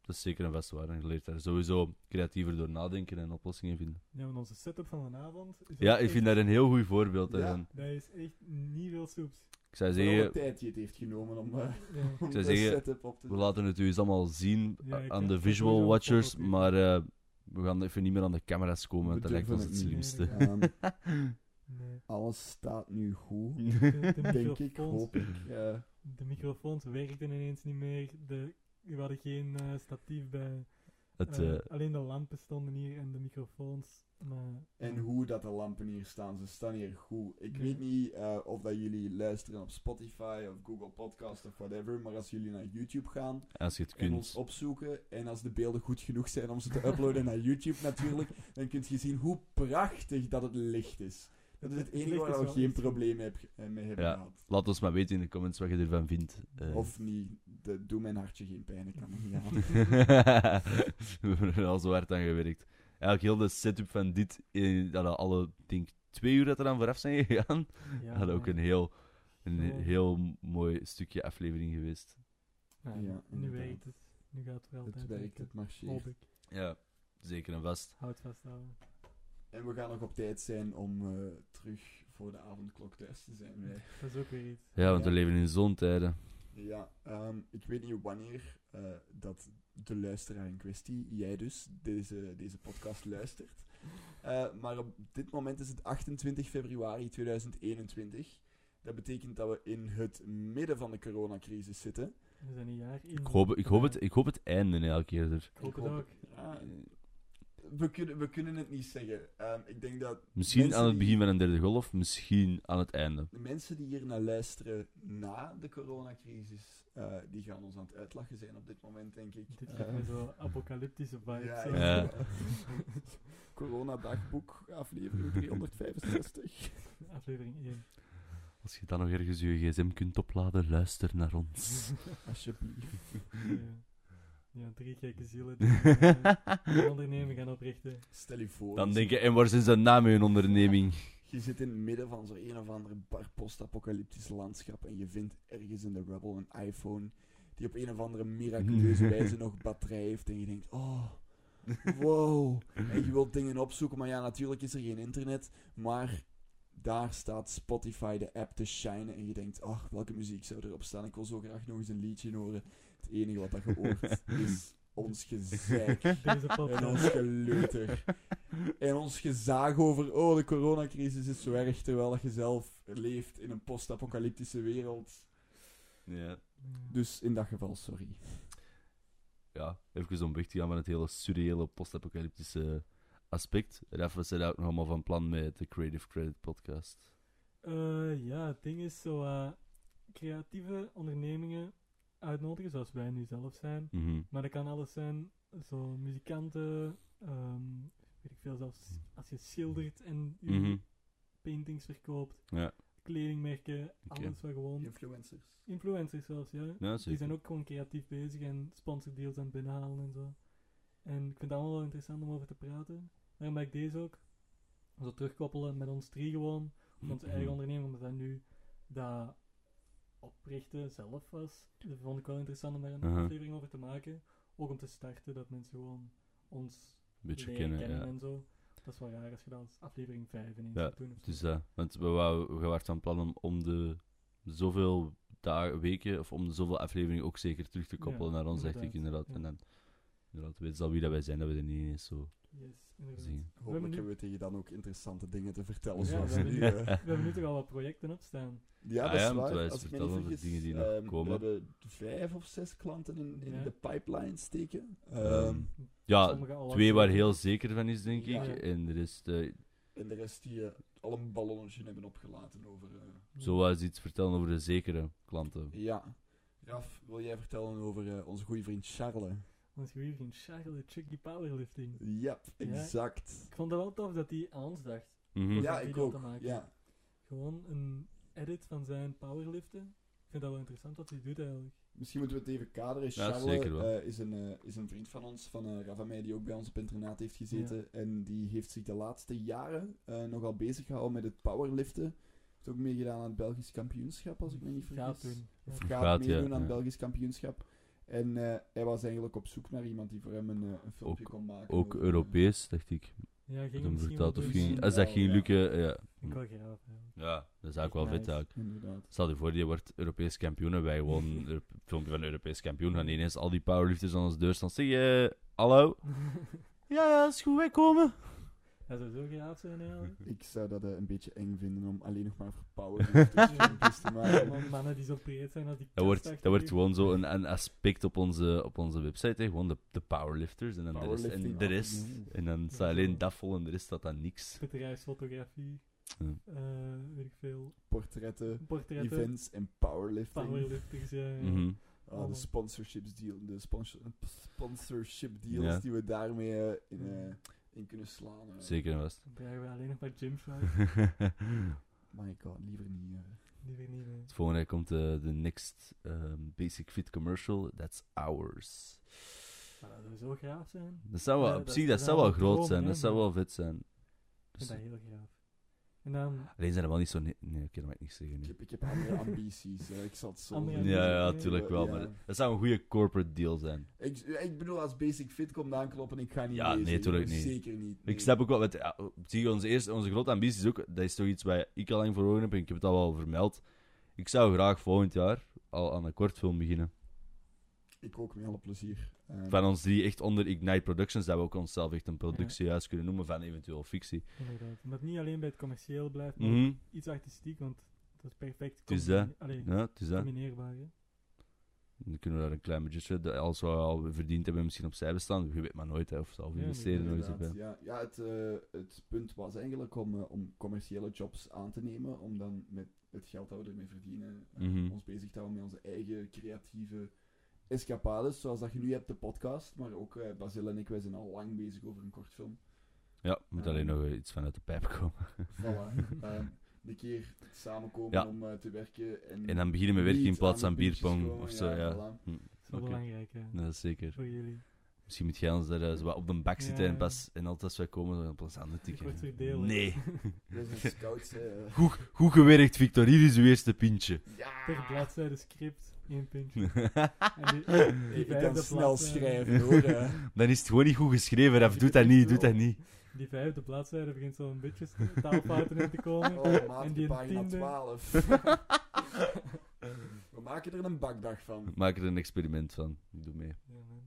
Speaker 3: Dat is zeker en vast waar. En je leert daar sowieso creatiever door nadenken en oplossingen vinden.
Speaker 1: Ja, want onze setup van vanavond... is
Speaker 3: Ja,
Speaker 1: ook
Speaker 3: ik vind
Speaker 1: echt-
Speaker 3: daar een heel goed voorbeeld
Speaker 2: Ja.
Speaker 3: van.
Speaker 1: Dat is echt niet veel soeps.
Speaker 3: Ik zou
Speaker 2: Hoeveel
Speaker 3: zeggen,
Speaker 2: tijd die het heeft genomen om, eh
Speaker 1: Ja.
Speaker 2: om
Speaker 3: zou
Speaker 2: de
Speaker 3: zeggen,
Speaker 2: setup op te
Speaker 3: we laten het u eens allemaal zien
Speaker 1: Ja, ik
Speaker 3: aan
Speaker 1: heb
Speaker 3: de
Speaker 1: het
Speaker 3: visual
Speaker 1: sowieso
Speaker 3: watchers,
Speaker 1: geprobeerd.
Speaker 3: maar eh, we gaan even niet meer aan de camera's komen, want dat lijkt ons het
Speaker 1: het niet.
Speaker 3: slimste.
Speaker 1: Ja.
Speaker 3: <laughs>
Speaker 2: Ehm,
Speaker 1: Nee.
Speaker 2: alles staat nu goed.
Speaker 1: De, de
Speaker 2: <laughs> Denk ik,
Speaker 1: microfoons-
Speaker 2: hoop ik. eh, Ja.
Speaker 1: De microfoons werkten ineens niet meer. De, we hadden geen eh, statief bij.
Speaker 3: Het,
Speaker 1: Eh,
Speaker 3: eh,
Speaker 1: alleen de lampen stonden hier en de microfoons. Maar,
Speaker 2: En hoe dat de lampen hier staan, ze staan hier goed. Ik
Speaker 1: Ja.
Speaker 2: weet niet eh, of dat jullie luisteren op Spotify of Google Podcast of whatever, maar als jullie naar YouTube gaan
Speaker 3: als je het
Speaker 2: en ons
Speaker 3: kunt.
Speaker 2: opzoeken en als de beelden goed genoeg zijn om ze te uploaden naar YouTube natuurlijk, dan kunt je zien hoe prachtig dat het licht is. Dat is het
Speaker 1: Het
Speaker 2: enige
Speaker 1: licht is
Speaker 2: waar we
Speaker 1: wel
Speaker 2: geen
Speaker 1: echt goed.
Speaker 2: probleem heb, eh, mee hebben
Speaker 3: Ja.
Speaker 2: gehad.
Speaker 3: Laat ons maar weten in de comments wat je ervan vindt. <laughs> eh.
Speaker 2: Of niet, de, doe mijn hartje geen pijn, ik kan er
Speaker 1: <laughs>
Speaker 2: niet aan.
Speaker 3: we hebben er al zo hard aan gewerkt. Eigenlijk heel de setup van dit, eh, dat er alle denk, ik, twee uur dat eraan vooraf zijn gegaan,
Speaker 1: ja,
Speaker 3: had ook
Speaker 1: maar
Speaker 3: een heel, een
Speaker 1: Zo.
Speaker 3: heel mooi stukje aflevering geweest.
Speaker 1: Ja,
Speaker 2: Ja,
Speaker 1: nu
Speaker 2: inderdaad.
Speaker 1: werkt het. Nu gaat het wel
Speaker 2: Het
Speaker 1: altijd
Speaker 2: werkt,
Speaker 1: werken.
Speaker 2: het marcheert.
Speaker 1: Hoop ik.
Speaker 3: Ja, zeker en vast.
Speaker 1: Houd vasthouden.
Speaker 2: En we gaan nog op tijd zijn om eh, terug voor de avondklok thuis te zijn. wij.
Speaker 1: Dat is ook weer iets.
Speaker 3: Ja, want we
Speaker 2: Ja.
Speaker 3: leven in zo'n tijden.
Speaker 2: Ja, ehm, ik weet niet wanneer eh, dat de luisteraar in kwestie, jij dus, deze, deze podcast luistert. Eh, maar op dit moment is het 28 februari 2021. Dat betekent dat we in het midden van de coronacrisis zitten.
Speaker 1: We zijn een jaar in.
Speaker 3: Ik hoop, ik, hoop het, ik hoop het einde elke keer er.
Speaker 1: Ik hoop
Speaker 2: Ik
Speaker 1: het
Speaker 2: hoop-
Speaker 1: ook.
Speaker 2: Ja, we, kunnen, we kunnen het niet zeggen. Ehm, ik denk dat
Speaker 3: Misschien
Speaker 2: mensen
Speaker 3: aan het
Speaker 2: die-
Speaker 3: begin van een derde golf, misschien aan het einde.
Speaker 2: De mensen die hier naar luisteren na de coronacrisis, eh, die gaan ons aan het uitlachen zijn op dit moment, denk ik.
Speaker 1: Dit
Speaker 2: Eh,
Speaker 1: gaat met zo'n apocalyptische vibes.
Speaker 2: ja,
Speaker 1: hè.
Speaker 3: Ja.
Speaker 2: <laughs> Coronadagboek, aflevering 365.
Speaker 1: <laughs> Aflevering
Speaker 2: <laughs>
Speaker 1: 1.
Speaker 3: Als je dan nog ergens je gsm kunt opladen, luister naar ons.
Speaker 2: Alsjeblieft.
Speaker 1: Ja. ja, drie gekke zielen die eh,
Speaker 3: <laughs>
Speaker 1: een onderneming gaan oprichten.
Speaker 2: Stel je voor,
Speaker 3: Dan
Speaker 2: je,
Speaker 3: denk je, en waar is de naam in hun onderneming?
Speaker 2: zit, je zit in het midden van zo'n een of andere bar post-apocalyptisch landschap en je vindt ergens in de rubble een iPhone die op een of andere miraculeuze wijze nog batterij heeft en je denkt, oh, wow. En je wilt dingen opzoeken, maar ja, natuurlijk is er geen internet. Maar daar staat Spotify, de app, te shinen. En je denkt, ach, welke muziek zou erop staan? Ik wil zo graag nog eens een liedje horen. Het enige wat dat je hoort is ons gezeik.
Speaker 1: Deze
Speaker 2: En ons
Speaker 1: podcast.
Speaker 2: geleuter. En ons gezaag over, oh, de coronacrisis is zo erg, terwijl dat je zelf leeft in een post-apocalyptische wereld.
Speaker 3: Ja.
Speaker 1: Ja.
Speaker 2: Dus in dat geval, sorry.
Speaker 3: ja, even om weg te gaan van het hele surreële post-apocalyptische aspect. Raf, wat zijn daar ook nog allemaal van plan met de Creative Credit podcast?
Speaker 1: Eh, ja, het ding is zo eh, creatieve ondernemingen uitnodigen, zoals wij nu zelf zijn.
Speaker 3: Mhm.
Speaker 1: Maar dat kan alles zijn, zo muzikanten, ehm, weet ik veel, zelfs als je schildert en je
Speaker 3: Mhm.
Speaker 1: paintings verkoopt,
Speaker 3: Ja.
Speaker 1: kledingmerken,
Speaker 3: Oké.
Speaker 1: alles wat gewoon,
Speaker 2: Influencers.
Speaker 1: influencers zelfs, ja.
Speaker 3: Ja,
Speaker 1: Die
Speaker 3: zeker.
Speaker 1: zijn ook gewoon creatief bezig en sponsordeals aan het binnenhalen en zo. En ik vind het allemaal wel interessant om over te praten. Daarom ben ik deze ook zo terugkoppelen met ons drie gewoon, op
Speaker 3: Mhm.
Speaker 1: onze eigen onderneming, omdat dat nu dat oprichten zelf was. Dat vond ik wel interessant om daar een
Speaker 3: Mhm.
Speaker 1: aflevering over te maken. Ook om te starten, dat mensen gewoon ons
Speaker 3: beetje
Speaker 1: leren kennen,
Speaker 3: kennen, ja.
Speaker 1: en zo. Dat is wel raar als je dat als aflevering 5 ineens
Speaker 3: Ja,
Speaker 1: gaat doen. of zo.
Speaker 3: Dus dat, want we, wou, we waren van plan om, om de zoveel dagen, weken of om de zoveel afleveringen ook zeker terug te koppelen
Speaker 1: Ja,
Speaker 3: naar ons, dacht ik
Speaker 1: inderdaad,
Speaker 3: inderdaad.
Speaker 1: ja.
Speaker 3: En dan inderdaad, weten ze al wie dat wij zijn, dat we er niet eens zo
Speaker 1: Yes, inderdaad.
Speaker 3: zien.
Speaker 1: We hebben,
Speaker 2: Hopelijk
Speaker 1: nu,
Speaker 2: hebben we tegen dan ook interessante dingen te vertellen.
Speaker 1: Ja,
Speaker 2: zoals
Speaker 1: we
Speaker 2: we nu,
Speaker 3: hebben-
Speaker 2: eh,
Speaker 1: we hebben nu toch al wat projecten opstaan.
Speaker 2: ja,
Speaker 3: Ah
Speaker 2: dat is
Speaker 3: ja,
Speaker 2: waar.
Speaker 3: moeten wij eens
Speaker 2: Als ik me niet
Speaker 3: vertellen over
Speaker 2: vergis,
Speaker 3: dingen die nog
Speaker 2: ehm,
Speaker 3: komen.
Speaker 2: We hebben vijf of zes klanten in, in
Speaker 1: Ja.
Speaker 2: de pipeline steken.
Speaker 3: Ehm,
Speaker 2: Ehm,
Speaker 3: ja,
Speaker 1: Sommige al
Speaker 3: twee
Speaker 1: lang-
Speaker 3: waar heel zeker van is, denk
Speaker 2: Ja.
Speaker 3: ik. En de rest, eh,
Speaker 2: en de rest die eh, al een ballonnetje hebben opgelaten over... eh,
Speaker 3: zoals iets vertellen over de zekere klanten.
Speaker 2: ja. Raf, wil jij vertellen over eh, onze goede vriend Charles?
Speaker 1: Ons goede vriend Charles, de Chucky Powerlifting.
Speaker 2: Ja,
Speaker 1: Ja.
Speaker 2: exact.
Speaker 1: Ik vond het wel tof dat hij aan ons dacht.
Speaker 3: Mhm.
Speaker 2: Ja,
Speaker 1: Om zo'n
Speaker 2: ik
Speaker 1: video te
Speaker 2: ook.
Speaker 1: maken.
Speaker 2: Ja.
Speaker 1: Gewoon een edit van zijn powerliften. Ik vind dat wel interessant wat hij doet eigenlijk.
Speaker 2: Misschien moeten we het even kaderen.
Speaker 3: Ja,
Speaker 2: Charles
Speaker 3: zeker wel.
Speaker 2: eh, is, een, eh, is een vriend van ons, van eh Raf en mij, die ook bij ons op internaat heeft gezeten. En die heeft zich de laatste jaren eh, nogal bezig gehouden met het powerliften. Heeft ook meegedaan aan het Belgisch kampioenschap, als ik me niet vergis.
Speaker 1: Gaat doen.
Speaker 2: Of
Speaker 1: Ja.
Speaker 2: gaat,
Speaker 3: Gaat, ja,
Speaker 2: meedoen aan het
Speaker 3: ja.
Speaker 2: Belgisch kampioenschap. En eh, hij was eigenlijk op zoek naar iemand die voor hem een, eh, een filmpje
Speaker 3: Ook-
Speaker 2: kon maken.
Speaker 3: Ook
Speaker 2: over-
Speaker 3: Europees, dacht ik.
Speaker 1: Ja, ging
Speaker 3: Toen
Speaker 1: misschien
Speaker 3: verteld
Speaker 1: dus wel
Speaker 3: of
Speaker 1: doen.
Speaker 3: ging,
Speaker 2: misschien
Speaker 3: als dat
Speaker 2: wel,
Speaker 3: ging
Speaker 2: ja.
Speaker 3: lukken, eh, ja.
Speaker 1: Vind ik wel gaaf.
Speaker 3: <laughs>
Speaker 1: eigenlijk.
Speaker 3: ja, dat is eigenlijk wel
Speaker 1: Nice.
Speaker 3: vet ook.
Speaker 2: eh, Inderdaad.
Speaker 3: Stel je voor, je wordt Europees kampioen en wij gewoon <laughs> een Euro- filmpje van Europees kampioen. Gaan ineens al die powerlifters aan onze deur staan. Zeg je, hallo? Ja, ja, is goed, wij komen.
Speaker 1: dat zou zo gaaf zijn eigenlijk.
Speaker 2: Ik zou dat eh, een beetje eng vinden om alleen nog maar voor
Speaker 1: <laughs>
Speaker 2: powerlifters filmpjes te maken.
Speaker 1: Allemaal mannen die zo breed zijn als die
Speaker 3: Dat wordt,
Speaker 1: kast
Speaker 3: dat wordt
Speaker 1: achter
Speaker 3: gewoon zo'n een, een aspect op onze, op onze website. Hè. Gewoon de, de powerlifters en dan de rest. En,
Speaker 2: Powerlifting,
Speaker 3: de
Speaker 2: ah,
Speaker 3: rest.
Speaker 2: jong.
Speaker 3: en dan staat alleen dat vol en de rest staat dan niks.
Speaker 1: je. Bedrijfsfotografie.
Speaker 3: Ja.
Speaker 1: eh, weet ik veel.
Speaker 2: Portretten,
Speaker 1: Portretten.
Speaker 2: events en powerlifting.
Speaker 1: Powerlifters, ja. ja.
Speaker 3: Mhm.
Speaker 2: Ah, de sponsorships deal, de sponsor, sponsorship deals
Speaker 3: Ja.
Speaker 2: die we daarmee eh, in,
Speaker 1: Mm.
Speaker 2: eh, in kunnen slaan. eh.
Speaker 3: Zeker en vast.
Speaker 1: Dan dragen we alleen nog maar gymshot.
Speaker 3: <laughs>
Speaker 2: My god, liever niet. eh.
Speaker 1: Die weer niet mee.
Speaker 3: Het volgende komt eh, de next ehm, Basic Fit commercial. That's ours.
Speaker 1: Maar dat zou zo gaaf zijn.
Speaker 3: Dat zou wel,
Speaker 1: Ja,
Speaker 3: op
Speaker 1: dat-
Speaker 3: zich, dat
Speaker 1: dat
Speaker 3: zou wel
Speaker 1: zou wel dromen,
Speaker 3: groot zijn.
Speaker 1: hè,
Speaker 3: Dat zou
Speaker 1: maar-
Speaker 3: wel vet zijn.
Speaker 1: Ik vind
Speaker 3: Dus-
Speaker 1: dat heel gaaf. En dan
Speaker 3: Alleen zijn er wel niet zo... Nee, nee, oké, dat mag ik niet zeggen
Speaker 2: Ik
Speaker 3: nu.
Speaker 2: heb, ik heb andere ambities. hè. ik zal het zo.
Speaker 1: Andere
Speaker 2: doen.
Speaker 3: Ja, ja,
Speaker 1: ambities,
Speaker 3: tuurlijk wel,
Speaker 2: Ja.
Speaker 3: maar dat zou een goede corporate deal zijn.
Speaker 2: Ik, ik bedoel, als Basic Fit komt aankloppen, ik ga niet
Speaker 3: Ja,
Speaker 2: lezen.
Speaker 3: nee, tuurlijk
Speaker 2: Ik-
Speaker 3: niet.
Speaker 2: Zeker niet. nee.
Speaker 3: Ik snap ook wel, want, ja, zie, onze, eerste, onze grote ambitie is ook, dat is toch iets waar ik al lang voor ogen heb en ik heb het al wel vermeld. Ik zou graag volgend jaar al aan een kortfilm beginnen.
Speaker 2: Ik ook met alle plezier. Eh,
Speaker 3: Van ons drie echt onder Ignite Productions, dat we ook onszelf echt een productiehuis kunnen noemen van eventueel fictie.
Speaker 1: inderdaad. Omdat het niet alleen bij het commercieel blijft, maar
Speaker 3: Mhm.
Speaker 1: ook iets artistiek, want dat is perfect.
Speaker 3: Dus dat.
Speaker 1: combine- Allee,
Speaker 3: Ja, het is dat.
Speaker 1: combineerbaar. hè.
Speaker 3: Dan kunnen we daar een klein budgetje, dat- als we al verdiend hebben, misschien opzij bestaan. Je weet maar nooit, hè, of zelf
Speaker 1: Ja,
Speaker 3: investeren nog eens
Speaker 2: inderdaad,
Speaker 3: op, hè.
Speaker 2: ja, ja het, eh, het punt was eigenlijk om, eh, om commerciële jobs aan te nemen, om dan met het geld dat we ermee verdienen, eh,
Speaker 3: Mhm.
Speaker 2: ons bezig te houden met onze eigen creatieve escapades, zoals dat je nu hebt, de podcast, maar ook eh Basil en ik, wij zijn al lang bezig over een
Speaker 3: <laughs>
Speaker 2: kortfilm.
Speaker 3: Ja, moet
Speaker 2: Ja.
Speaker 3: alleen nog eh, iets vanuit de pijp komen.
Speaker 2: Voilà. Eh, een keer samenkomen
Speaker 3: Ja.
Speaker 2: om eh, te werken en,
Speaker 3: En dan beginnen we werken in
Speaker 2: niet
Speaker 3: plaats
Speaker 2: de
Speaker 3: van
Speaker 2: puntjes
Speaker 3: bierpong
Speaker 2: komen,
Speaker 3: of zo, ja.
Speaker 2: voilà.
Speaker 1: Dat is wel
Speaker 3: Oké.
Speaker 1: belangrijk hè,
Speaker 3: Dat is zeker.
Speaker 1: voor jullie.
Speaker 3: Misschien moet jij ons daar eh, zo wat op de bak zitten
Speaker 1: Ja.
Speaker 3: en pas en altijd als wij komen dan pas aan de
Speaker 1: Ik word
Speaker 3: tikken.
Speaker 1: verdeeld.
Speaker 3: Nee.
Speaker 2: We zijn scouts,
Speaker 1: <laughs>
Speaker 2: eh.
Speaker 3: Goed, goed gewerkt, Victor. Hier is uw eerste pintje.
Speaker 2: Ja!
Speaker 1: Per bladzijde script, één
Speaker 3: <laughs>
Speaker 1: puntje. En die-
Speaker 2: Ik
Speaker 1: die
Speaker 2: kan
Speaker 1: vijfde
Speaker 2: snel
Speaker 1: bladzijde- <laughs>
Speaker 2: schrijven hoor. eh.
Speaker 3: dan is het gewoon niet goed geschreven. Raf,
Speaker 1: Ik
Speaker 3: doet
Speaker 1: weet
Speaker 3: dat
Speaker 1: het
Speaker 3: niet,
Speaker 1: wel.
Speaker 3: doet dat niet.
Speaker 1: Die vijfde bladzijde begint zo'n beetje st- taalfouten <laughs> in te
Speaker 3: <laughs>
Speaker 1: komen.
Speaker 2: Oh, maat,
Speaker 1: En
Speaker 2: die
Speaker 1: die
Speaker 2: pagina
Speaker 1: tiende.
Speaker 2: 12. <laughs> We maken er een bakdag van.
Speaker 3: Maak er een experiment van. Ik doe mee.
Speaker 1: Ja, man.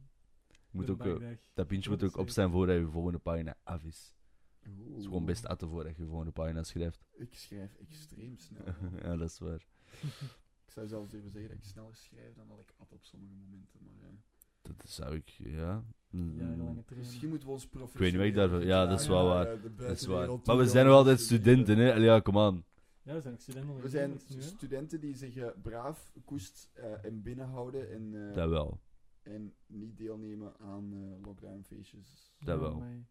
Speaker 3: Moet
Speaker 1: De
Speaker 3: ook, eh,
Speaker 1: bakdag.
Speaker 3: dat pintje moet
Speaker 1: Dat
Speaker 3: ook op
Speaker 1: is
Speaker 3: zijn voordat je volgende pagina af is. Het is gewoon best atten voordat je je volgende pagina schrijft. <laughs>
Speaker 2: Ik schrijf extreem snel.
Speaker 3: ja, dat is waar.
Speaker 2: ik zou zelfs durven zeggen dat ik sneller schrijf dan dat ik at op sommige momenten. Maar, eh,
Speaker 3: Dat zou ik, ja. Mm,
Speaker 1: Jarenlange
Speaker 2: misschien
Speaker 1: training.
Speaker 2: moeten we ons professioneel...
Speaker 3: weet niet wat ik daarvan- ja, dat
Speaker 1: is wel
Speaker 2: naar,
Speaker 3: waar.
Speaker 2: eh, de
Speaker 3: Dat is waar.
Speaker 2: buitenwereld toe
Speaker 3: Maar we
Speaker 2: gaan
Speaker 3: zijn nog
Speaker 2: om
Speaker 3: altijd
Speaker 2: te studeren.
Speaker 3: studenten, hè? Allee, Ja, kom aan.
Speaker 1: Ja, we zijn ook studenten.
Speaker 2: We zijn
Speaker 1: nu, hè?
Speaker 2: studenten die zich eh, braaf koest eh, en binnenhouden en, eh,
Speaker 3: Dat wel.
Speaker 2: en niet deelnemen aan eh lockdownfeestjes.
Speaker 3: Dat
Speaker 1: Ja,
Speaker 3: wel.
Speaker 1: maar-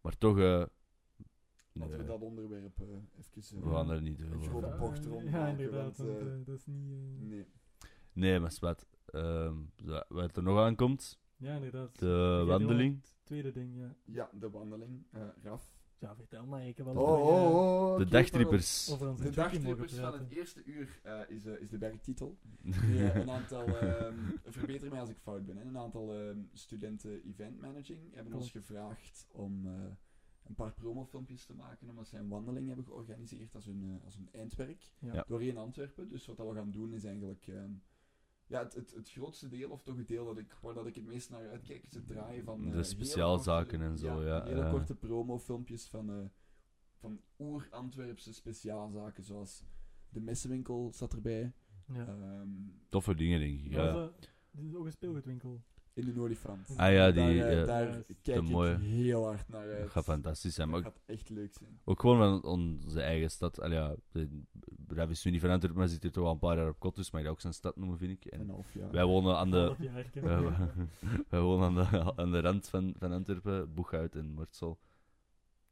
Speaker 3: Maar toch, eh,
Speaker 2: Laten we
Speaker 3: nee,
Speaker 2: dat onderwerp eh, even... eh,
Speaker 3: we gaan er niet te
Speaker 2: Een
Speaker 3: veel
Speaker 2: grote
Speaker 3: over.
Speaker 1: Ja,
Speaker 2: bocht
Speaker 1: eh,
Speaker 2: rond
Speaker 1: Ja,
Speaker 2: maken,
Speaker 1: inderdaad.
Speaker 2: want,
Speaker 1: Want,
Speaker 2: eh,
Speaker 1: eh, dat is niet... eh,
Speaker 2: Nee.
Speaker 3: Nee, maar zwart. Ehm, zo, wat er nog aankomt,
Speaker 1: Ja, inderdaad.
Speaker 3: de
Speaker 1: Vergeet
Speaker 3: wandeling.
Speaker 1: helemaal Het tweede ding, ja.
Speaker 2: Ja, de wandeling. eh Raf.
Speaker 1: Ja, vertel maar. Ik heb eh, wel
Speaker 2: Oh, oh, oh,
Speaker 3: De
Speaker 2: oké,
Speaker 3: dagtrippers.
Speaker 1: over
Speaker 2: Pavel.
Speaker 3: <laughs>
Speaker 1: onze
Speaker 2: De
Speaker 1: jockey mogen
Speaker 2: dagtrippers van
Speaker 1: praten.
Speaker 2: het eerste uur eh, is, eh, is de <laughs> werktitel. Die, eh, een aantal, ehm, verbeter mij als ik fout ben, hè, een aantal ehm, studenten event managing hebben ons gevraagd om eh, een paar promofilmpjes te maken omdat zij een wandeling hebben georganiseerd als hun, eh, als hun eindwerk
Speaker 1: Ja.
Speaker 2: door doorheen Antwerpen. Dus wat dat we gaan doen is eigenlijk ehm, ja, het, het, het grootste deel, of toch het deel dat ik, waar dat ik het meest naar uitkijk, is het draaien van...
Speaker 3: De
Speaker 2: eh,
Speaker 3: speciaalzaken
Speaker 2: hele
Speaker 3: en zo, ja,
Speaker 2: Hele
Speaker 3: ja.
Speaker 2: korte promofilmpjes van, eh, van oer-Antwerpse speciaalzaken, zoals de messenwinkel zat erbij.
Speaker 1: Ja.
Speaker 2: ehm,
Speaker 3: Toffe dingen, denk ik.
Speaker 1: Ja.
Speaker 3: Ja.
Speaker 1: dit is ook een speelgoedwinkel.
Speaker 2: In de Noordifrant.
Speaker 3: Ah ja, die
Speaker 2: daar eh,
Speaker 3: eh,
Speaker 2: daar
Speaker 1: Juist.
Speaker 2: kijk
Speaker 3: De
Speaker 2: ik
Speaker 3: mooie.
Speaker 2: heel hard naar uit.
Speaker 3: gaat fantastisch zijn. Maar
Speaker 2: Dat
Speaker 3: ook,
Speaker 2: gaat echt leuk zijn.
Speaker 3: ook gewoon van onze eigen stad. Allee, ja, de- Raf is nu niet van Antwerpen, maar zit hier toch al een paar jaar op kot, dus mag je dat ook zijn stad noemen, vind ik.
Speaker 2: Een
Speaker 3: En
Speaker 2: half jaar.
Speaker 3: wij wonen aan de,
Speaker 1: Half jaar, ik heb-
Speaker 3: <laughs> wij, wo- <laughs> wij wonen aan de, aan de rand van, van Antwerpen, Boeghout en Mortsel.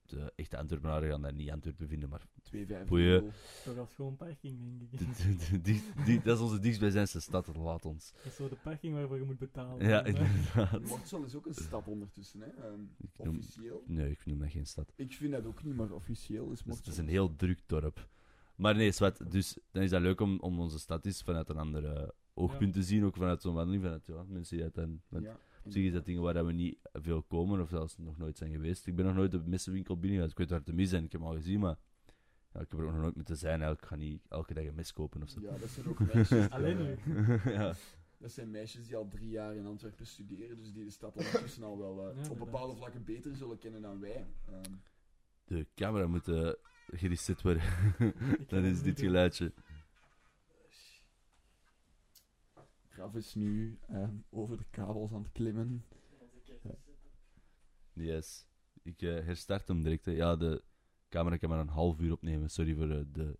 Speaker 3: De echte Antwerpenaren gaan daar niet Antwerpen vinden, maar <laughs>
Speaker 2: 2,50.
Speaker 3: Boeien.
Speaker 1: Toch als gewoon parking,
Speaker 3: <laughs>
Speaker 1: denk ik.
Speaker 3: dit- dit- dit- dit- dat is onze dichtstbijzijnde stad, dat laat ons.
Speaker 1: Dat is zo de parking waarvoor je moet betalen. zeg
Speaker 3: Ja,
Speaker 1: <laughs>
Speaker 2: eh?
Speaker 1: maar.
Speaker 3: inderdaad.
Speaker 2: Mortsel is dus ook een stad ondertussen, hè. ehm,
Speaker 3: Ik noem-
Speaker 2: officieel.
Speaker 3: Nee, ik noem dat geen stad.
Speaker 2: Ik vind dat ook niet, maar officieel is
Speaker 3: Dus het
Speaker 2: Mortsel.
Speaker 3: is een heel druk dorp. Maar nee, zwart, dus dan is dat leuk om, om onze stad eens vanuit een ander eh, oogpunt te zien. Ook vanuit zo'n wandeling, vanuit ja, mensen die dat dan... Want
Speaker 2: Ja,
Speaker 3: op zich is dat dingen waar dat we niet veel komen of zelfs nog nooit zijn geweest. Ik ben nog nooit op de messenwinkel binnengegaan. Ik weet waar het mis zijn, ik heb hem al gezien, maar... ja, ik heb er ook nog nooit moeten zijn. Eigenlijk Ik ga niet elke dag een mes kopen of zo.
Speaker 2: Ja, dat zijn ook meisjes.
Speaker 3: <laughs>
Speaker 2: die,
Speaker 1: Alleen
Speaker 2: eh,
Speaker 1: leuk.
Speaker 3: ja.
Speaker 2: Dat zijn meisjes die al drie jaar in Antwerpen studeren, dus die de stad ondertussen al wel eh, op
Speaker 1: inderdaad.
Speaker 2: bepaalde vlakken beter zullen kennen dan wij. Ehm,
Speaker 3: De camera moet eh, gereset worden. <laughs>
Speaker 1: Ik
Speaker 3: dat
Speaker 1: ga
Speaker 3: is
Speaker 1: nu
Speaker 3: dit
Speaker 1: doen.
Speaker 3: geluidje.
Speaker 2: Graf is nu ehm, over de kabels aan het klimmen.
Speaker 3: Yes. Ik eh, herstart hem direct. hè. Ja, de camera kan maar een half uur opnemen. Sorry voor eh, de...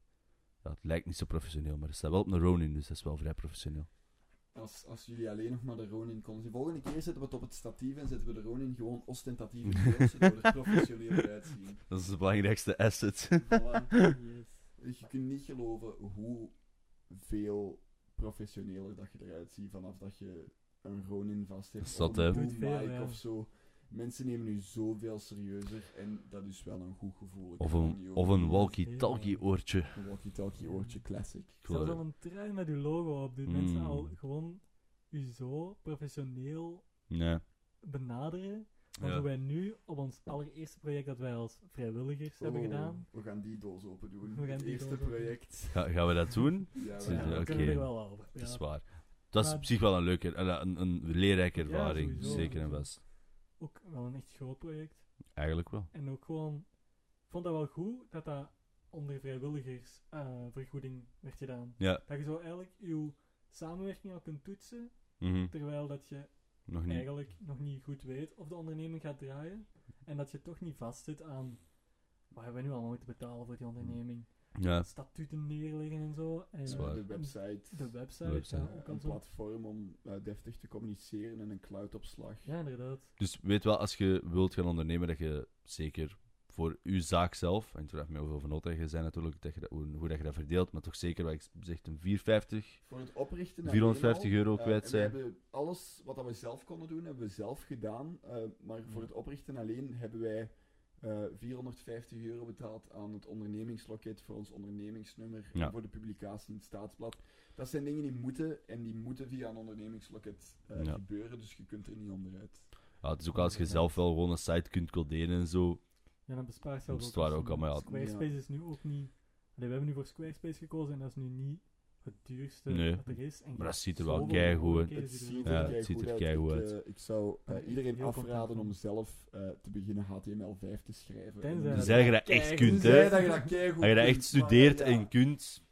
Speaker 3: Ja, het lijkt niet zo professioneel, maar er staat wel op een Ronin, dus dat is wel vrij professioneel.
Speaker 2: Als, als jullie alleen nog maar de Ronin konden zien. Volgende keer zetten we het op het statief en zetten we de Ronin gewoon ostentatief
Speaker 3: <laughs>
Speaker 2: in beeld, zodat we er professioneel uitzien.
Speaker 3: Dat is het belangrijkste asset.
Speaker 2: Voilà.
Speaker 1: Yes.
Speaker 2: Dus Je kunt niet geloven hoeveel professioneler dat je eruit ziet vanaf dat je een Ronin vast hebt.
Speaker 3: Zot,
Speaker 2: Of een
Speaker 3: hè?
Speaker 2: boom
Speaker 1: Doet veel,
Speaker 2: mic
Speaker 1: ja.
Speaker 2: of zo. mensen nemen u zoveel serieuzer en dat is wel een goed gevoel. Ik
Speaker 3: Of
Speaker 2: kan niet
Speaker 3: een,
Speaker 2: over-
Speaker 3: of een walkie-talkie oortje.
Speaker 2: Een walkie-talkie oortje classic.
Speaker 3: Ik wil
Speaker 1: Zelfs
Speaker 3: er-
Speaker 1: al een trui met uw logo op. Die mensen
Speaker 3: Mm.
Speaker 1: al gewoon u zo professioneel
Speaker 3: Nee.
Speaker 1: benaderen. Want
Speaker 3: Ja.
Speaker 1: hoe wij nu op ons allereerste project dat wij als vrijwilligers hebben
Speaker 2: Oh,
Speaker 1: gedaan,
Speaker 2: We gaan die doos open doen.
Speaker 1: We gaan
Speaker 2: het
Speaker 1: die
Speaker 2: eerste
Speaker 1: doos open doen.
Speaker 2: project.
Speaker 3: Ga- gaan we dat doen?
Speaker 2: Ja, we
Speaker 3: Zie
Speaker 1: ja,
Speaker 2: gaan-
Speaker 3: je,
Speaker 1: daar
Speaker 3: oké.
Speaker 1: kunnen we er wel over.
Speaker 3: Dat is
Speaker 1: Ja.
Speaker 3: waar. Dat is
Speaker 1: Maar-
Speaker 3: op zich wel een leuke, een, een, een leerrijke
Speaker 1: Ja,
Speaker 3: ervaring.
Speaker 1: sowieso.
Speaker 3: zeker en vast.
Speaker 1: Ook wel een echt groot project.
Speaker 3: Eigenlijk wel.
Speaker 1: En ook gewoon, ik vond dat wel goed dat dat onder vrijwilligers eh, vergoeding werd gedaan.
Speaker 3: Ja.
Speaker 1: Dat je zo eigenlijk je samenwerking al kunt toetsen,
Speaker 3: Mhm.
Speaker 1: terwijl dat je
Speaker 3: Nog niet.
Speaker 1: eigenlijk nog niet goed weet of de onderneming gaat draaien. En dat je toch niet vastzit aan wat hebben we nu allemaal moeten betalen voor die onderneming.
Speaker 3: Ja.
Speaker 1: Statuten neerleggen en zo. En
Speaker 3: is
Speaker 1: eh,
Speaker 3: waar.
Speaker 2: De website.
Speaker 1: de website,
Speaker 3: De website.
Speaker 1: ja, ook al
Speaker 2: een
Speaker 1: zo.
Speaker 2: platform om eh, deftig te communiceren en een cloudopslag.
Speaker 1: Ja, inderdaad.
Speaker 3: Dus weet wel, als je wilt gaan ondernemen, dat je zeker voor uw zaak zelf, en ik vraag me hoeveel van nodig je zijn natuurlijk, dat je dat, hoe, hoe dat je dat verdeelt, maar toch zeker, wat ik zeg, een 450.
Speaker 2: Voor het oprichten. alleen
Speaker 3: 450
Speaker 2: al,
Speaker 3: euro
Speaker 2: eh,
Speaker 3: kwijt
Speaker 2: en
Speaker 3: zijn.
Speaker 2: We hebben alles wat dat we zelf konden doen, hebben we zelf gedaan. eh, maar voor het oprichten alleen hebben wij eh, 450 euro betaald aan het ondernemingsloket voor ons ondernemingsnummer
Speaker 3: Ja.
Speaker 2: en voor de publicatie in het staatsblad. Dat zijn dingen die moeten en die moeten via een ondernemingsloket eh,
Speaker 3: Ja.
Speaker 2: gebeuren, dus je kunt er niet onderuit.
Speaker 3: Ja, het is ook als je zelf wel gewoon een site kunt coderen en zo.
Speaker 1: Ja, dan bespaart je
Speaker 3: Dat is waar ook allemaal, ja.
Speaker 1: Squarespace is nu ook niet... Allee, we hebben nu voor Squarespace gekozen en dat is nu niet het duurste
Speaker 3: Nee.
Speaker 1: dat er is. En je
Speaker 3: Maar dat
Speaker 1: hebt
Speaker 3: ziet er wel
Speaker 1: zoveel
Speaker 3: keigoed uit.
Speaker 1: mogelijkheden
Speaker 2: Het
Speaker 1: die er
Speaker 2: ziet
Speaker 1: zijn.
Speaker 3: Ja,
Speaker 2: er
Speaker 3: het ziet er
Speaker 2: keigoed
Speaker 3: keigoed
Speaker 2: uit.
Speaker 3: uit.
Speaker 2: Ik, eh, ik zou eh,
Speaker 1: Ja, ik
Speaker 2: iedereen
Speaker 1: ben heel
Speaker 2: afraden
Speaker 1: content.
Speaker 2: om zelf eh, te beginnen HTML5 te schrijven.
Speaker 1: Tenzij
Speaker 2: En-
Speaker 1: dat-
Speaker 3: Zij je dat echt
Speaker 1: Kijk,
Speaker 3: kunt,
Speaker 1: zij
Speaker 3: hè.
Speaker 2: Tenzij dat je dat keigoed
Speaker 3: Als je dat echt
Speaker 2: kunt,
Speaker 3: studeert
Speaker 2: maar, ja,
Speaker 3: en kunt,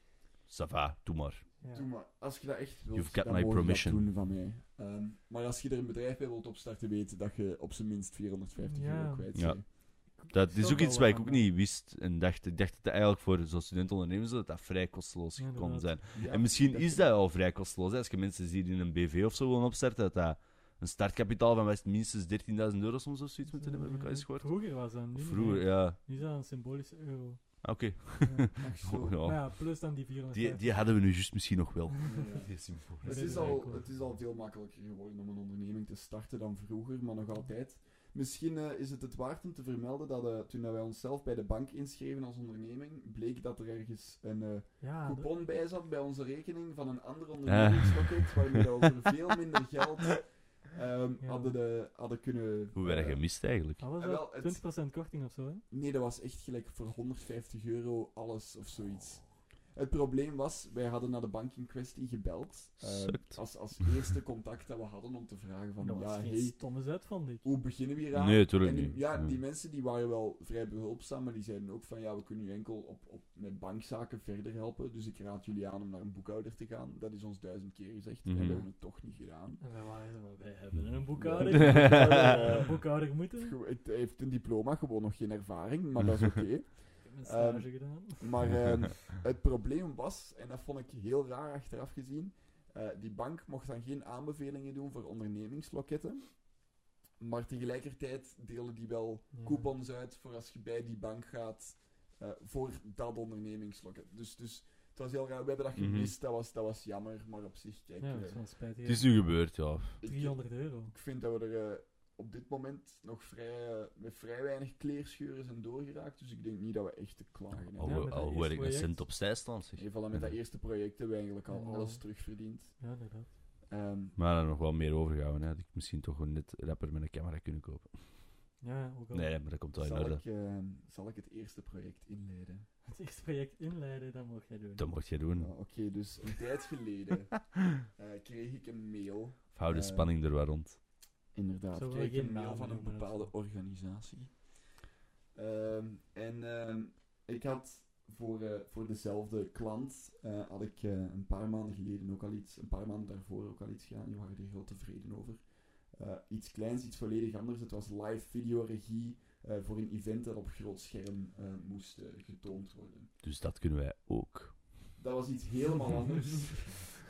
Speaker 3: ça va, doe maar.
Speaker 1: Ja.
Speaker 2: Doe maar, als je dat echt wilt,
Speaker 3: You've got
Speaker 2: dan
Speaker 3: my
Speaker 2: mogen we dat
Speaker 3: permission.
Speaker 2: doen van mij. Ehm, maar als je er een bedrijf bij wilt opstarten, weet dat je op zijn minst 450
Speaker 1: Ja.
Speaker 2: euro kwijt
Speaker 3: Ja.
Speaker 2: bent.
Speaker 3: Dat is
Speaker 1: snap
Speaker 3: ook
Speaker 1: wel
Speaker 3: iets wat ik
Speaker 1: waarom,
Speaker 3: ook
Speaker 1: ja.
Speaker 3: niet wist en dacht. Ik dacht dat het eigenlijk voor zo'n student-ondernemers dat dat vrij kosteloos
Speaker 1: Ja,
Speaker 3: kon
Speaker 1: inderdaad.
Speaker 3: zijn.
Speaker 2: Ja,
Speaker 3: en misschien
Speaker 2: dat
Speaker 3: is
Speaker 2: je-
Speaker 3: dat al vrij kosteloos. hè. Als je mensen ziet die een BV of zo willen opstarten, dat dat een startkapitaal van best minstens 13.000 euro soms of zoiets moeten hebben, heb ik al eens gehoord.
Speaker 1: eh, Vroeger was dat, nu niet
Speaker 3: Vroeger,
Speaker 1: meer.
Speaker 3: ja.
Speaker 1: Nu is dat een symbolische euro.
Speaker 3: Ah, Oké.
Speaker 2: Ach, zo.
Speaker 3: Oh, <laughs> Ja.
Speaker 1: oh. Maar ja, plus dan die 400.
Speaker 3: Die,
Speaker 1: <laughs>
Speaker 3: die hadden we nu juist misschien nog wel.
Speaker 2: Ja.
Speaker 3: Die is symbool.
Speaker 2: Het
Speaker 1: Dat
Speaker 2: is,
Speaker 1: is
Speaker 2: al,
Speaker 1: eigenlijk wel.
Speaker 2: het is al veel makkelijker geworden om een onderneming te starten dan vroeger, maar nog altijd. Misschien eh, is het het waard om te vermelden dat eh, toen dat wij onszelf bij de bank inschreven als onderneming, bleek dat er ergens een eh,
Speaker 1: Ja, Ah, dat-
Speaker 2: coupon bij zat bij onze rekening van een
Speaker 3: Ah.
Speaker 2: ander ondernemingsloket, waarmee we
Speaker 3: <laughs>
Speaker 2: over veel minder geld ehm,
Speaker 1: Ja.
Speaker 2: hadden, de, hadden kunnen...
Speaker 3: Hoe werd
Speaker 2: eh,
Speaker 3: dat gemist eigenlijk?
Speaker 1: wat was
Speaker 2: eh, wel,
Speaker 1: dat?
Speaker 2: het-
Speaker 1: 20% korting of zo, hè?
Speaker 2: Nee, dat was echt gelijk voor 150 euro alles of zoiets. Het probleem was, wij hadden naar de bank in kwestie gebeld. eh,
Speaker 3: Sukt.
Speaker 2: als, als eerste contact dat we hadden om te vragen van,
Speaker 1: dat was
Speaker 2: ja,
Speaker 1: geen
Speaker 2: hey,
Speaker 1: stomme zet, vond ik.
Speaker 2: hoe beginnen we hier aan?
Speaker 3: Nee, tuurlijk
Speaker 2: En die-
Speaker 3: niet.
Speaker 2: Ja,
Speaker 3: Ja.
Speaker 2: die mensen die waren wel vrij behulpzaam, maar die zeiden ook van, ja, we kunnen u enkel op, op, met bankzaken verder helpen. Dus ik raad jullie aan om naar een boekhouder te gaan. Dat is ons duizend keer gezegd.
Speaker 3: Mhm.
Speaker 2: En we hebben het toch niet gedaan.
Speaker 1: En wij waren zo <laughs> van, wij hebben een boekhouder.
Speaker 3: Ja.
Speaker 1: <laughs> een boekhouder moeten.
Speaker 2: Ge- Het heeft een diploma, gewoon nog geen ervaring, maar dat is oké.
Speaker 1: Ik
Speaker 2: Ehm,
Speaker 1: heb een stage gedaan.
Speaker 3: <laughs>
Speaker 2: Maar ehm, het probleem was, en dat vond ik heel raar achteraf gezien, eh, die bank mocht dan geen aanbevelingen doen voor ondernemingsloketten. Maar tegelijkertijd deelden die wel
Speaker 1: Ja.
Speaker 2: coupons uit voor als je bij die bank gaat eh, voor dat ondernemingsloket. Dus, dus het was heel raar. We hebben dat
Speaker 3: Mhm.
Speaker 2: gemist, dat, was, dat was jammer. Maar op zich, kijk,
Speaker 1: Ja,
Speaker 2: eh,
Speaker 1: dat is wel spijtig.
Speaker 3: Het is nu gebeurd, ja.
Speaker 2: ik,
Speaker 1: 300 euro.
Speaker 2: ik vind dat we er eh, op dit moment nog vrij, eh, met vrij weinig kleerscheuren zijn doorgeraakt. Dus ik denk niet dat we echt te klagen hebben.
Speaker 3: Al,
Speaker 1: Ja, met dat
Speaker 3: al
Speaker 1: eerste
Speaker 3: hoe ik een
Speaker 1: project.
Speaker 3: cent opzij staan, zeg.
Speaker 2: In ieder geval met dat eerste project hebben we eigenlijk al
Speaker 1: Ja.
Speaker 2: alles terugverdiend.
Speaker 1: Ja, inderdaad.
Speaker 2: Ehm,
Speaker 3: Maar er nog wel meer overgehouden, hè. Had ik misschien toch een net rapper met een camera kunnen kopen.
Speaker 1: Ja, ook al.
Speaker 3: Nee, maar dat komt wel in
Speaker 2: zal,
Speaker 3: orde.
Speaker 2: ik, ehm, zal ik het eerste project inleiden?
Speaker 1: Het eerste project inleiden, dat mocht jij doen.
Speaker 3: Dat mocht je doen.
Speaker 2: Nou, Oké, dus een tijd geleden eh, kreeg ik een mail.
Speaker 3: Of hou de
Speaker 2: Eh,
Speaker 3: spanning er wel rond.
Speaker 2: Inderdaad,
Speaker 1: Zullen we
Speaker 2: kreeg ik
Speaker 1: geen
Speaker 2: een mail
Speaker 1: namen
Speaker 2: van een
Speaker 1: noemen of
Speaker 2: bepaalde
Speaker 1: zo?
Speaker 2: organisatie. Ehm, en ehm, ik had voor, eh, voor dezelfde klant, eh, had ik eh, een paar maanden geleden ook al iets, een paar maanden daarvoor ook al iets gedaan. Die waren er heel tevreden over. Eh, iets kleins, iets volledig anders. Het was live videoregie eh voor een event dat op groot scherm eh, moest eh, getoond worden.
Speaker 3: Dus dat kunnen wij ook.
Speaker 1: <clears throat>
Speaker 2: Dat was iets
Speaker 1: <laughs>
Speaker 2: helemaal anders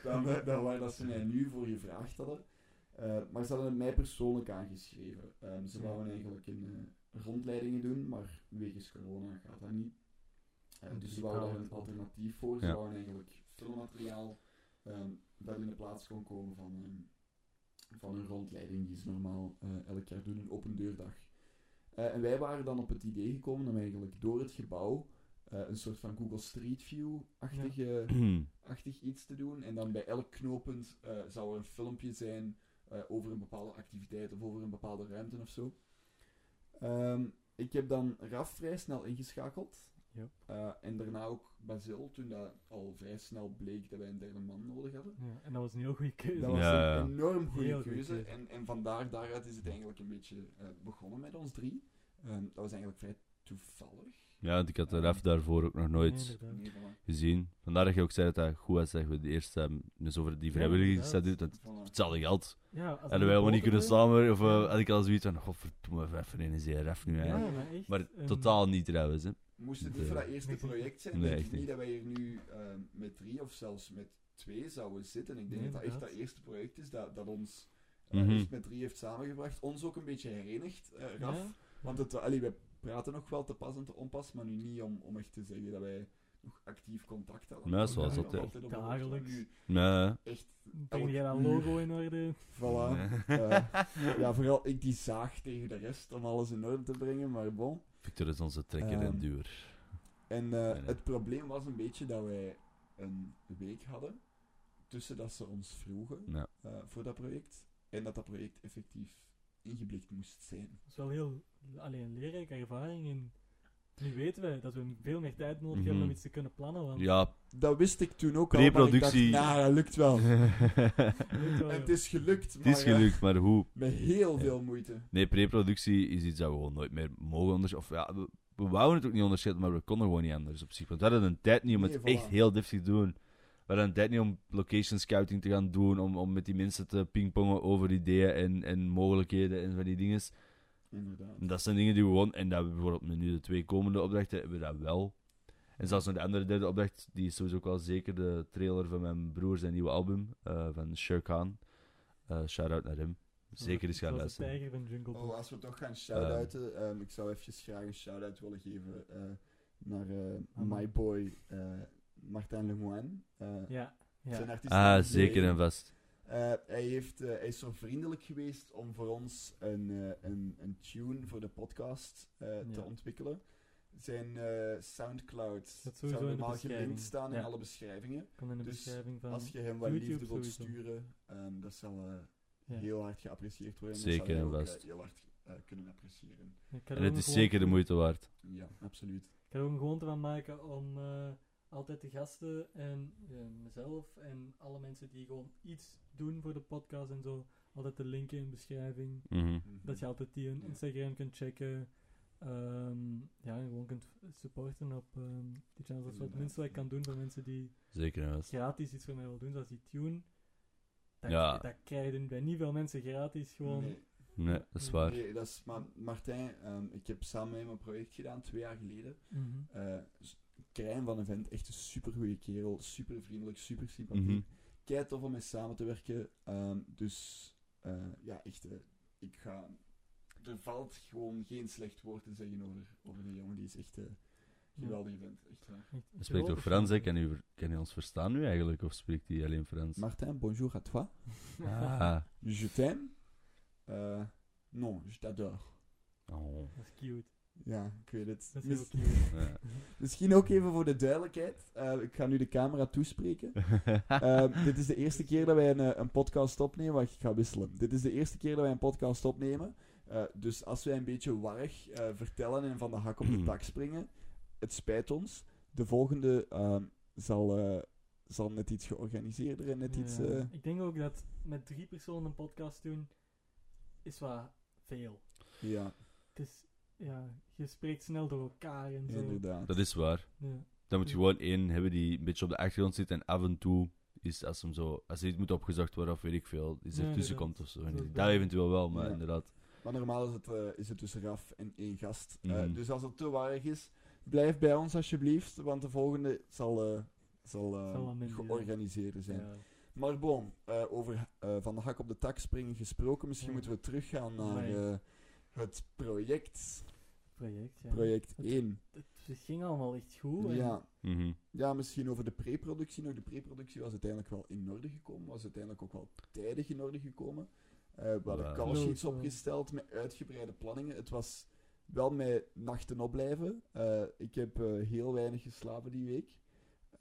Speaker 2: dan, eh, dan waar dat ze mij nu voor gevraagd hadden. Eh, maar ze hadden het mij persoonlijk aangeschreven. Ehm, ze wouden eigenlijk een eh, rondleidingen doen, maar wegens corona gaat dat niet. Eh, dus ze wouden daar een alternatief voor. Ze
Speaker 3: Ja.
Speaker 2: wouden eigenlijk filmmateriaal ehm, dat in de plaats kon komen van ehm, van een rondleiding die ze normaal eh, elk jaar doen, een open deurdag. Eh, en wij waren dan op het idee gekomen om eigenlijk door het gebouw eh, een soort van Google Street View-achtige achtig iets te doen. En dan bij elk knooppunt eh, zou er een filmpje zijn eh, over een bepaalde activiteit of over een bepaalde ruimte of zo. Ehm, ik heb dan Raf vrij snel ingeschakeld.
Speaker 1: Ja.
Speaker 2: Eh, en daarna ook Basil, toen dat al vrij snel bleek dat wij een derde man nodig hadden.
Speaker 1: Ja, en dat was een heel goede keuze.
Speaker 2: Dat was
Speaker 3: Ja.
Speaker 2: een enorm goede
Speaker 1: Heel goede
Speaker 2: keuze.
Speaker 1: keuze.
Speaker 2: En, en vandaar daaruit is het eigenlijk een beetje eh, begonnen met ons drie. Ehm, dat was eigenlijk vrij toevallig.
Speaker 3: Ja, want ik had de ref daarvoor ook nog nooit
Speaker 1: Nee, inderdaad.
Speaker 2: Nee, voilà.
Speaker 3: gezien. Vandaar dat je ook zei dat dat goed was dat we de eerste hebben. Dus over die vrijwilligers dat doet, dat
Speaker 2: Voilà.
Speaker 3: hetzelfde geld.
Speaker 1: Ja, als
Speaker 3: Hadden wij helemaal niet kunnen
Speaker 1: staan
Speaker 3: samen, of eh, had ik al zoiets van, godverdomme, even in een ref nu
Speaker 1: Ja,
Speaker 3: eigenlijk.
Speaker 1: maar echt.
Speaker 3: Maar
Speaker 1: ehm,
Speaker 3: totaal niet trouwens, hè.
Speaker 2: Moest het
Speaker 3: Niet,
Speaker 2: niet voor
Speaker 3: eh,
Speaker 2: dat eerste
Speaker 1: niet-
Speaker 2: project zijn,
Speaker 3: Nee,
Speaker 2: denk
Speaker 3: echt
Speaker 2: ik niet
Speaker 3: niet.
Speaker 2: dat wij hier nu ehm, met drie of zelfs met twee zouden zitten. Ik denk
Speaker 1: Nee,
Speaker 2: dat dat echt dat
Speaker 1: inderdaad.
Speaker 2: eerste project is dat, dat ons eh,
Speaker 3: Mhm.
Speaker 2: echt met drie heeft samengebracht. Ons ook een beetje herenigd, eh Raf.
Speaker 1: Ja,
Speaker 2: Want het, allee, wij praten nog wel te pas en te onpas, maar nu niet om, om echt te zeggen dat wij nog actief contact hadden.
Speaker 3: Ja, zoals
Speaker 2: We
Speaker 3: altijd.
Speaker 2: hadden altijd op de hoogte, maar
Speaker 1: Dagelijks.
Speaker 2: nu
Speaker 3: Ja.
Speaker 2: Echt,
Speaker 1: breng jij dat logo in orde?
Speaker 2: voilà.
Speaker 3: <laughs>
Speaker 2: Eh, ja, vooral ik die zaag tegen de rest om alles in orde te brengen, maar bon.
Speaker 3: Victor is onze trekker en
Speaker 2: Ehm,
Speaker 3: duur.
Speaker 2: En eh,
Speaker 3: nee.
Speaker 2: het probleem was een beetje dat wij een week hadden tussen dat ze ons vroegen
Speaker 3: Ja.
Speaker 2: eh, voor dat project en dat dat project effectief ingeblikt moest zijn.
Speaker 1: Dat is wel heel alleen een leerrijke ervaring. En nu weten wij dat we veel meer tijd nodig hebben om
Speaker 3: Mhm.
Speaker 1: iets te kunnen plannen. Want
Speaker 3: Ja.
Speaker 2: Dat wist ik toen ook al, maar ik dacht,
Speaker 3: Pre-productie.
Speaker 2: nou, dat lukt
Speaker 3: <laughs>
Speaker 2: wel.
Speaker 1: weet wel,
Speaker 2: En het
Speaker 1: joh.
Speaker 2: is gelukt,
Speaker 3: Het
Speaker 2: maar
Speaker 3: is
Speaker 2: eh,
Speaker 3: gelukt, maar hoe?
Speaker 2: met heel
Speaker 3: Ja.
Speaker 2: veel moeite.
Speaker 3: Nee, pre-productie is iets dat we gewoon nooit meer mogen onderschatten. Of ja, we, we wouden het ook niet onderschatten, maar we konden gewoon niet anders op zich. Want we hadden een tijd niet om het
Speaker 2: Nee, voilà.
Speaker 3: echt heel deftig te doen. We hadden een tijd niet om location scouting te gaan doen, om, om met die mensen te pingpongen over ideeën en, en mogelijkheden en van die dingen.
Speaker 2: Inderdaad.
Speaker 3: Dat zijn dingen die we gewoon, en dat we bijvoorbeeld met nu de twee komende opdrachten, hebben we dat wel. En zelfs nog de andere derde opdracht, die is sowieso ook wel zeker de trailer van mijn broer zijn nieuwe album, eh, van Shere Khan. Eh, Shout-out naar hem. Zeker eens
Speaker 1: Ik
Speaker 3: gaan
Speaker 1: was de
Speaker 3: luisteren.
Speaker 1: tijger van Jungle Book.
Speaker 2: Oh, als we toch gaan shout-outen, ehm, ik zou even graag een shout-out willen geven eh, naar eh, my boy eh, Martin Lemoine. Eh,
Speaker 1: Ja,
Speaker 2: Zijn
Speaker 1: ja.
Speaker 2: artiestennaam
Speaker 3: Ah,
Speaker 2: is
Speaker 3: zeker
Speaker 2: Leven.
Speaker 3: en vast.
Speaker 2: Eh, hij, heeft, eh, hij is zo vriendelijk geweest om voor ons een, eh, een, een tune voor de podcast eh, te
Speaker 1: Ja.
Speaker 2: ontwikkelen. Zijn eh, Soundcloud
Speaker 1: Dat
Speaker 2: zou
Speaker 1: sowieso in de
Speaker 2: normaal
Speaker 1: beschrijving.
Speaker 2: gelinkt staan in
Speaker 1: Ja.
Speaker 2: alle beschrijvingen.
Speaker 1: Komt in de
Speaker 2: dus
Speaker 1: beschrijving van.
Speaker 2: Als je hem wat
Speaker 1: YouTube
Speaker 2: liefde wilt
Speaker 1: sowieso.
Speaker 2: sturen, ehm, dat zal eh,
Speaker 1: Ja.
Speaker 2: heel hard geapprecieerd worden.
Speaker 3: Zeker
Speaker 2: dat
Speaker 3: en
Speaker 2: zou hij ook,
Speaker 3: vast.
Speaker 2: eh, heel hard eh, kunnen appreciëren.
Speaker 1: Ik ga er
Speaker 3: En het
Speaker 1: ook
Speaker 3: is
Speaker 1: gewoon-
Speaker 3: zeker de moeite waard.
Speaker 2: Ja, absoluut.
Speaker 1: Ik ga er ook een gewoonte van maken om eh, altijd de gasten en eh, mezelf en alle mensen die gewoon iets doen voor de podcast en zo, altijd de linken in de beschrijving.
Speaker 3: Mhm.
Speaker 1: Dat je altijd die in
Speaker 2: Ja.
Speaker 1: Instagram kunt checken. ehm, ja, en gewoon kunt supporten op ehm, die channels. Dat is wat
Speaker 2: Inderdaad,
Speaker 1: het minste wat ik
Speaker 2: ja.
Speaker 1: kan doen voor mensen die
Speaker 3: Zeker en vast.
Speaker 1: gratis iets voor mij willen doen, zoals die tune. Dat,
Speaker 3: Ja.
Speaker 1: dat krijgen bij niet veel mensen gratis gewoon.
Speaker 2: Nee,
Speaker 3: Nee, dat is waar.
Speaker 2: nee, dat is, maar Martijn, ehm, ik heb samen met hem een project gedaan, twee jaar geleden.
Speaker 1: Mhm.
Speaker 2: eh Krijn van een vent, echt een supergoeie kerel, super vriendelijk, super sympathiek.
Speaker 3: Mhm.
Speaker 2: Kei tof om mee samen te werken. Ehm, dus eh, ja, echt, eh, ik ga. Er valt gewoon geen slecht woord te zeggen over, over die jongen. Die is echt eh,
Speaker 1: Ja.
Speaker 2: geweldig vent, echt waar.
Speaker 1: Echt
Speaker 3: Hij spreekt ook
Speaker 1: geweldig.
Speaker 3: Frans,
Speaker 1: <laughs>
Speaker 3: hè? Kan u, kan u ons verstaan nu eigenlijk? Of spreekt hij alleen Frans?
Speaker 2: Martin, bonjour à toi.
Speaker 3: Ah.
Speaker 2: Je t'aime. Eh, non, je t'adore.
Speaker 3: Oh.
Speaker 1: Dat is cute.
Speaker 2: Ja, ik weet het.
Speaker 1: Dat is
Speaker 2: Mis-
Speaker 1: heel cute.
Speaker 3: Ja. <laughs>
Speaker 2: misschien ook even voor de duidelijkheid. Eh, ik ga nu de camera toespreken. Ehm, dit is de eerste keer dat wij een, eh, een podcast opnemen. Wacht, ik ga wisselen. Dit is de eerste keer dat wij een podcast opnemen. Eh, dus als wij een beetje warrig eh, vertellen en van de hak op de tak springen, het spijt ons. De volgende ehm, zal, eh, zal net iets georganiseerder en net iets.
Speaker 1: Ja.
Speaker 2: eh,
Speaker 1: Ik denk ook dat met drie personen een podcast doen is wat veel.
Speaker 2: ja,
Speaker 1: Het is, ja, je spreekt snel door elkaar en zo.
Speaker 2: inderdaad.
Speaker 3: Dat is waar.
Speaker 1: Ja.
Speaker 3: Dan moet je gewoon één hebben die een beetje op de achtergrond zit en af en toe is als hem zo, als er iets moet opgezocht worden of weet ik veel, iets
Speaker 1: Ja,
Speaker 3: ertussen
Speaker 1: inderdaad.
Speaker 3: komt of zo.
Speaker 1: Dat is
Speaker 3: Dat
Speaker 1: wel-
Speaker 3: eventueel wel, maar
Speaker 2: Ja.
Speaker 3: inderdaad.
Speaker 2: Maar normaal is het, eh, is het dus Raf en één gast. Eh,
Speaker 3: Mhm.
Speaker 2: dus als het te warrig is, blijf bij ons alsjeblieft, want de volgende zal, eh, zal, eh,
Speaker 1: Zal wat minder zijn.
Speaker 2: georganiseerder zijn.
Speaker 1: Ja.
Speaker 2: Maar bon, eh, over eh, van de hak op de tak springen gesproken, misschien
Speaker 1: Ja.
Speaker 2: moeten we teruggaan naar
Speaker 1: Amai.
Speaker 2: eh, het project.
Speaker 1: Project, ja.
Speaker 2: Project
Speaker 1: Het-
Speaker 2: 1.
Speaker 1: Het, het ging allemaal echt goed. en-
Speaker 2: Ja.
Speaker 3: Mhm.
Speaker 2: ja, misschien over de pre-productie nog. De pre-productie was uiteindelijk wel in orde gekomen, was uiteindelijk ook wel tijdig in orde gekomen. Eh, we hadden
Speaker 3: Wauw.
Speaker 2: callsheets
Speaker 1: Leuk, ja.
Speaker 2: opgesteld met uitgebreide planningen. Het was wel met nachten opblijven. Eh, ik heb eh, heel weinig geslapen die week.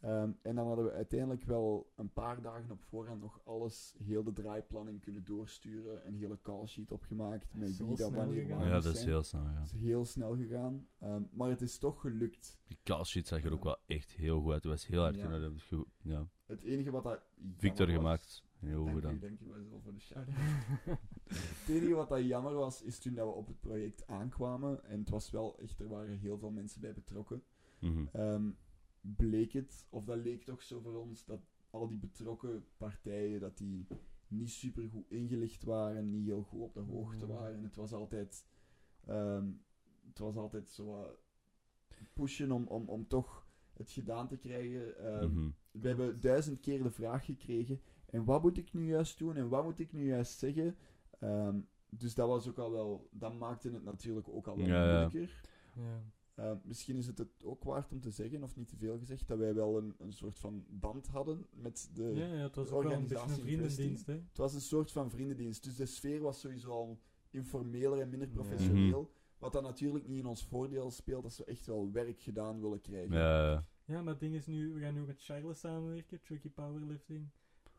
Speaker 2: Ehm, en dan hadden we uiteindelijk wel een paar dagen op voorhand nog alles, heel de draaiplanning kunnen doorsturen. Een hele callsheet opgemaakt met
Speaker 1: Zo
Speaker 2: wie dat
Speaker 1: snel
Speaker 2: wanneer
Speaker 1: gegaan.
Speaker 2: waar
Speaker 3: Ja,
Speaker 2: moest
Speaker 3: dat is
Speaker 2: zijn.
Speaker 3: heel snel, ja.
Speaker 2: Het is heel snel gegaan. Ehm, maar het is toch gelukt.
Speaker 3: Die callsheet zag er ook wel echt heel goed uit. Het was heel hard
Speaker 2: Ja.
Speaker 3: in orde. Goed, Ja.
Speaker 2: Het enige wat dat jammer
Speaker 3: Victor
Speaker 2: was-
Speaker 3: gemaakt. Heel
Speaker 2: Dank
Speaker 3: goed
Speaker 2: u,
Speaker 3: dan.
Speaker 2: dank u wel voor de shout Het enige wat dat jammer was, is toen dat we op het project aankwamen, en het was wel echt, er waren heel veel mensen bij betrokken,
Speaker 3: Mhm.
Speaker 2: ehm, bleek het, of dat leek toch zo voor ons, dat al die betrokken partijen, dat die niet super goed ingelicht waren, niet heel goed op de hoogte
Speaker 1: Mm.
Speaker 2: waren. Het was altijd, ehm, het was altijd zo wat pushen om, om, om toch het gedaan te krijgen. ehm,
Speaker 3: Mhm.
Speaker 2: we hebben duizend keer de vraag gekregen: en wat moet ik nu juist doen en wat moet ik nu juist zeggen? Ehm, dus dat was ook al wel, dat maakte het natuurlijk ook al wel
Speaker 3: Ja, ja.
Speaker 2: moeilijker.
Speaker 1: Ja.
Speaker 2: Ehm, misschien is het het ook waard om te zeggen, of niet te veel gezegd, dat wij wel een, een soort van band hadden met de.
Speaker 1: ja, ja, het was
Speaker 2: de
Speaker 1: ook wel een beetje een
Speaker 2: Eh, organisatie
Speaker 1: vriendendienst, hè.
Speaker 2: Het was een soort van vriendendienst, dus de sfeer was sowieso al informeler en minder professioneel.
Speaker 3: Mhm.
Speaker 2: Wat dan natuurlijk niet in ons voordeel speelt als we echt wel werk gedaan willen krijgen.
Speaker 3: Ja,
Speaker 1: Ja, maar het ding is nu, we gaan nu ook met Charles samenwerken, Tricky Powerlifting.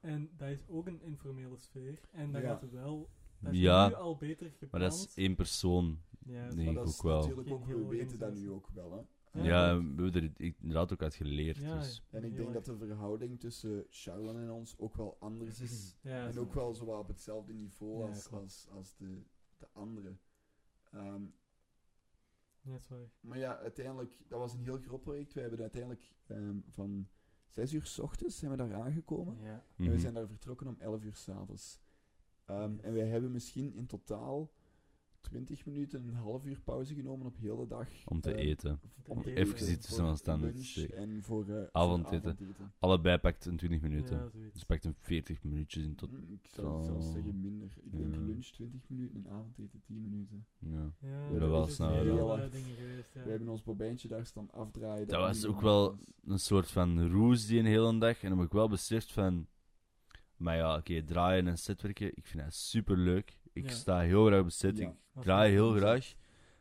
Speaker 1: En dat is ook een informele sfeer. En dat
Speaker 2: Ja.
Speaker 1: gaat wel, dat is
Speaker 3: Ja,
Speaker 1: nu al beter gepland.
Speaker 3: maar dat is één persoon.
Speaker 1: Ja,
Speaker 3: nee.
Speaker 2: maar
Speaker 3: denk
Speaker 2: dat
Speaker 3: ik
Speaker 2: is
Speaker 3: ook wel.
Speaker 2: natuurlijk
Speaker 1: Geen
Speaker 2: ook,
Speaker 1: heel
Speaker 2: we weten dat nu
Speaker 1: organisatie.
Speaker 2: ook wel. Hè.
Speaker 1: Ja,
Speaker 3: Ja,
Speaker 1: dat-
Speaker 3: we hebben er inderdaad ook uit geleerd.
Speaker 1: Ja,
Speaker 3: Dus.
Speaker 2: En ik denk dat de verhouding tussen Sharon en ons ook wel anders
Speaker 1: <laughs>
Speaker 2: is.
Speaker 1: Ja,
Speaker 2: en
Speaker 1: zo.
Speaker 2: ook wel zo wat op hetzelfde niveau
Speaker 1: Ja,
Speaker 2: als,
Speaker 1: klopt.
Speaker 2: als, als de, de andere. Ehm,
Speaker 1: Ja, dat is waar.
Speaker 2: maar ja, uiteindelijk, dat was een heel groot project. We hebben uiteindelijk ehm, van 6 uur s ochtends zijn we daar aangekomen.
Speaker 1: Ja.
Speaker 2: En we
Speaker 3: Mhm.
Speaker 2: zijn daar vertrokken om 11 uur s'avonds. avonds. En wij hebben misschien in totaal 20 minuten, een half uur pauze genomen op heel de dag.
Speaker 3: Om te
Speaker 2: ehm,
Speaker 1: eh,
Speaker 3: eten.
Speaker 1: Om
Speaker 2: te
Speaker 1: even
Speaker 2: eten,
Speaker 1: iets
Speaker 3: tussen
Speaker 2: voor
Speaker 3: ons staan te
Speaker 2: lunch
Speaker 3: steken.
Speaker 2: En voor eh, voor
Speaker 3: Avondeten.
Speaker 2: avondeten.
Speaker 3: Allebei pakt een 20 minuten.
Speaker 1: Ja,
Speaker 3: Dus
Speaker 1: zoiets.
Speaker 3: pakt een 40 minuutjes in tot.
Speaker 2: Mm, Ik zou het
Speaker 3: Zo.
Speaker 2: zelfs zeggen minder. Ik denk
Speaker 3: Ja.
Speaker 2: lunch 20 minuten en avondeten 10 minuten.
Speaker 3: Ja.
Speaker 1: Ja,
Speaker 2: hebben
Speaker 1: dat
Speaker 2: wel
Speaker 1: is dus
Speaker 3: snel
Speaker 1: heel
Speaker 2: gedaan.
Speaker 1: wat dingen geweest, ja.
Speaker 2: We hebben ons bobijntje daar staan afdraaien.
Speaker 3: Dat was
Speaker 2: niet
Speaker 3: ook
Speaker 2: normaal
Speaker 3: wel
Speaker 2: was.
Speaker 3: een soort van roes die een hele dag. En dan heb ik wel beseft van. Maar ja, oké, draaien en setwerken, ik vind dat super leuk. Ik
Speaker 1: Ja.
Speaker 3: sta heel graag op set.
Speaker 2: Ja.
Speaker 3: Ik
Speaker 1: Maar
Speaker 3: draai heel
Speaker 2: Exact.
Speaker 3: graag.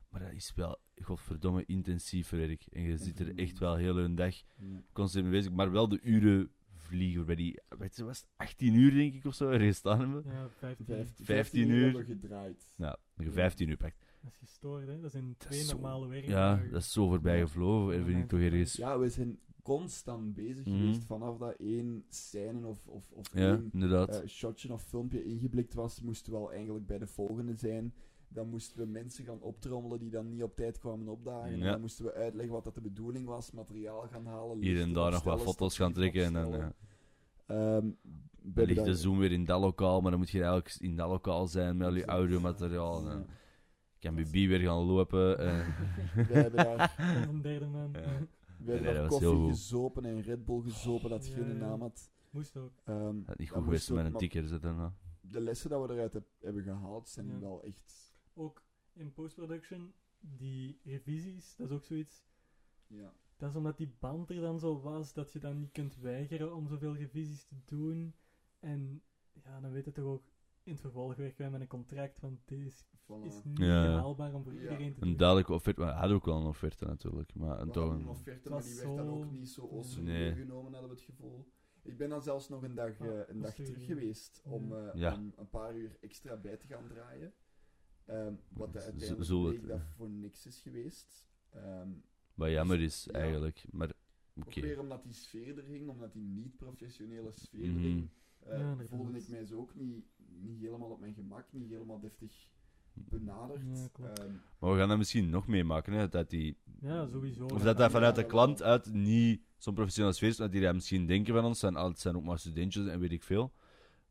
Speaker 3: Maar dat is wel, godverdomme, intensief werk. En je zit
Speaker 1: Mhm.
Speaker 3: er echt wel heel een dag
Speaker 2: Ja.
Speaker 3: constant mee bezig. Maar wel de uren vliegen bij die. Weet je, was het 18 uur denk ik of zo? <laughs> Er gestaan hebben.
Speaker 1: Ja, 15.
Speaker 2: Vijf-
Speaker 3: 15 uur.
Speaker 2: hebben we gedraaid.
Speaker 3: Nou, je 15 uur pakt.
Speaker 1: Dat is gestoord, hè. Dat zijn
Speaker 3: is
Speaker 1: twee
Speaker 3: zo-
Speaker 1: normale
Speaker 3: Ja,
Speaker 1: werkdagen.
Speaker 3: dat is zo voorbij gevlogen. En vind ik toch ergens.
Speaker 2: Ja, we zijn constant bezig
Speaker 3: Mhm.
Speaker 2: geweest vanaf dat één scène of, of, of
Speaker 3: Ja,
Speaker 2: één
Speaker 3: inderdaad.
Speaker 2: eh, shotje of filmpje ingeblikt was, moesten we al eigenlijk bij de volgende zijn. Dan moesten we mensen gaan optrommelen die dan niet op tijd kwamen opdagen.
Speaker 3: Ja.
Speaker 2: Dan moesten we uitleggen wat dat de bedoeling was, materiaal gaan halen.
Speaker 3: Hier en
Speaker 2: lichten
Speaker 3: daar nog wat
Speaker 2: opstellen,
Speaker 3: foto's gaan
Speaker 2: statief
Speaker 3: trekken. En dan,
Speaker 2: opstellen.
Speaker 3: eh,
Speaker 2: Ehm, we
Speaker 3: Dan
Speaker 2: hebben
Speaker 3: ligt de
Speaker 2: daar-
Speaker 3: Zoom weer in dat lokaal, maar dan moet je eigenlijk in dat lokaal zijn met al je
Speaker 2: Exact.
Speaker 3: audiomateriaal. En
Speaker 2: Ja.
Speaker 3: dan kan BB weer gaan lopen. eh. En...
Speaker 2: <laughs> We hebben
Speaker 3: <laughs>
Speaker 2: daar,
Speaker 1: Of een derde man.
Speaker 3: Ja.
Speaker 2: we hebben
Speaker 3: nee,
Speaker 2: daar
Speaker 3: dat was heel
Speaker 2: koffie
Speaker 3: goed.
Speaker 2: gezopen en Red Bull gezopen dat
Speaker 1: Ja,
Speaker 2: geen
Speaker 1: ja.
Speaker 2: naam had.
Speaker 1: Moest ook.
Speaker 2: Ehm,
Speaker 3: Dat is niet
Speaker 2: dat
Speaker 3: goed geweest
Speaker 2: moest ook,
Speaker 3: met een
Speaker 2: maar
Speaker 3: ticker zetten. hè.
Speaker 2: De lessen dat we eruit heb- hebben gehaald zijn
Speaker 1: Ja.
Speaker 2: wel echt...
Speaker 1: Ook in post-production, die revisies, dat is ook zoiets...
Speaker 2: Ja.
Speaker 1: Dat is omdat die band er dan zo was, dat je dan niet kunt weigeren om zoveel revisies te doen. En ja, dan weet je toch ook, in het vervolg werken wij met een contract, want dit is,
Speaker 2: Voilà.
Speaker 1: is niet
Speaker 3: Ja.
Speaker 1: haalbaar om voor
Speaker 2: Ja.
Speaker 1: iedereen te doen.
Speaker 3: Een duidelijke offerte, maar hij had ook wel een offerte natuurlijk. Maar
Speaker 2: We
Speaker 3: een toch
Speaker 2: hadden een
Speaker 3: een...
Speaker 2: offerte,
Speaker 1: Het
Speaker 2: maar
Speaker 1: was
Speaker 2: die werd dan
Speaker 1: zo-
Speaker 2: ook niet zo ossen
Speaker 3: Nee.
Speaker 2: meegenomen, hadden we het gevoel. Ik ben dan zelfs nog een dag,
Speaker 1: Ah,
Speaker 2: eh, een dag
Speaker 1: sorry.
Speaker 2: terug geweest om,
Speaker 1: Ja.
Speaker 2: eh,
Speaker 3: Ja.
Speaker 2: om een paar uur extra bij te gaan draaien. Ehm, wat
Speaker 3: Z-
Speaker 2: de uiteindelijk
Speaker 3: zo het,
Speaker 2: bleek dat
Speaker 3: eh.
Speaker 2: voor niks is geweest. Ehm
Speaker 3: Wat jammer is
Speaker 2: Ja.
Speaker 3: eigenlijk. Maar
Speaker 2: Ook
Speaker 3: oké.
Speaker 2: weer omdat die sfeer er ging, omdat die niet-professionele sfeer
Speaker 3: Mhm.
Speaker 2: er ging, eh,
Speaker 1: Ja, dat
Speaker 2: voelde
Speaker 1: klopt.
Speaker 2: ik mij zo ook niet, niet helemaal op mijn gemak, niet helemaal deftig benaderd.
Speaker 1: Ja, klopt.
Speaker 2: Ehm,
Speaker 3: Maar we gaan dat misschien nog meemaken. Hè? Dat die...
Speaker 1: Ja, sowieso.
Speaker 3: Of
Speaker 1: Ja,
Speaker 3: dat
Speaker 2: ja,
Speaker 3: dat vanuit
Speaker 2: ja,
Speaker 3: de
Speaker 2: wel.
Speaker 3: klant uit niet zo'n professioneel sfeer is. Want die dat misschien denken van ons. Zijn, ah, het zijn ook maar studentjes en weet ik veel.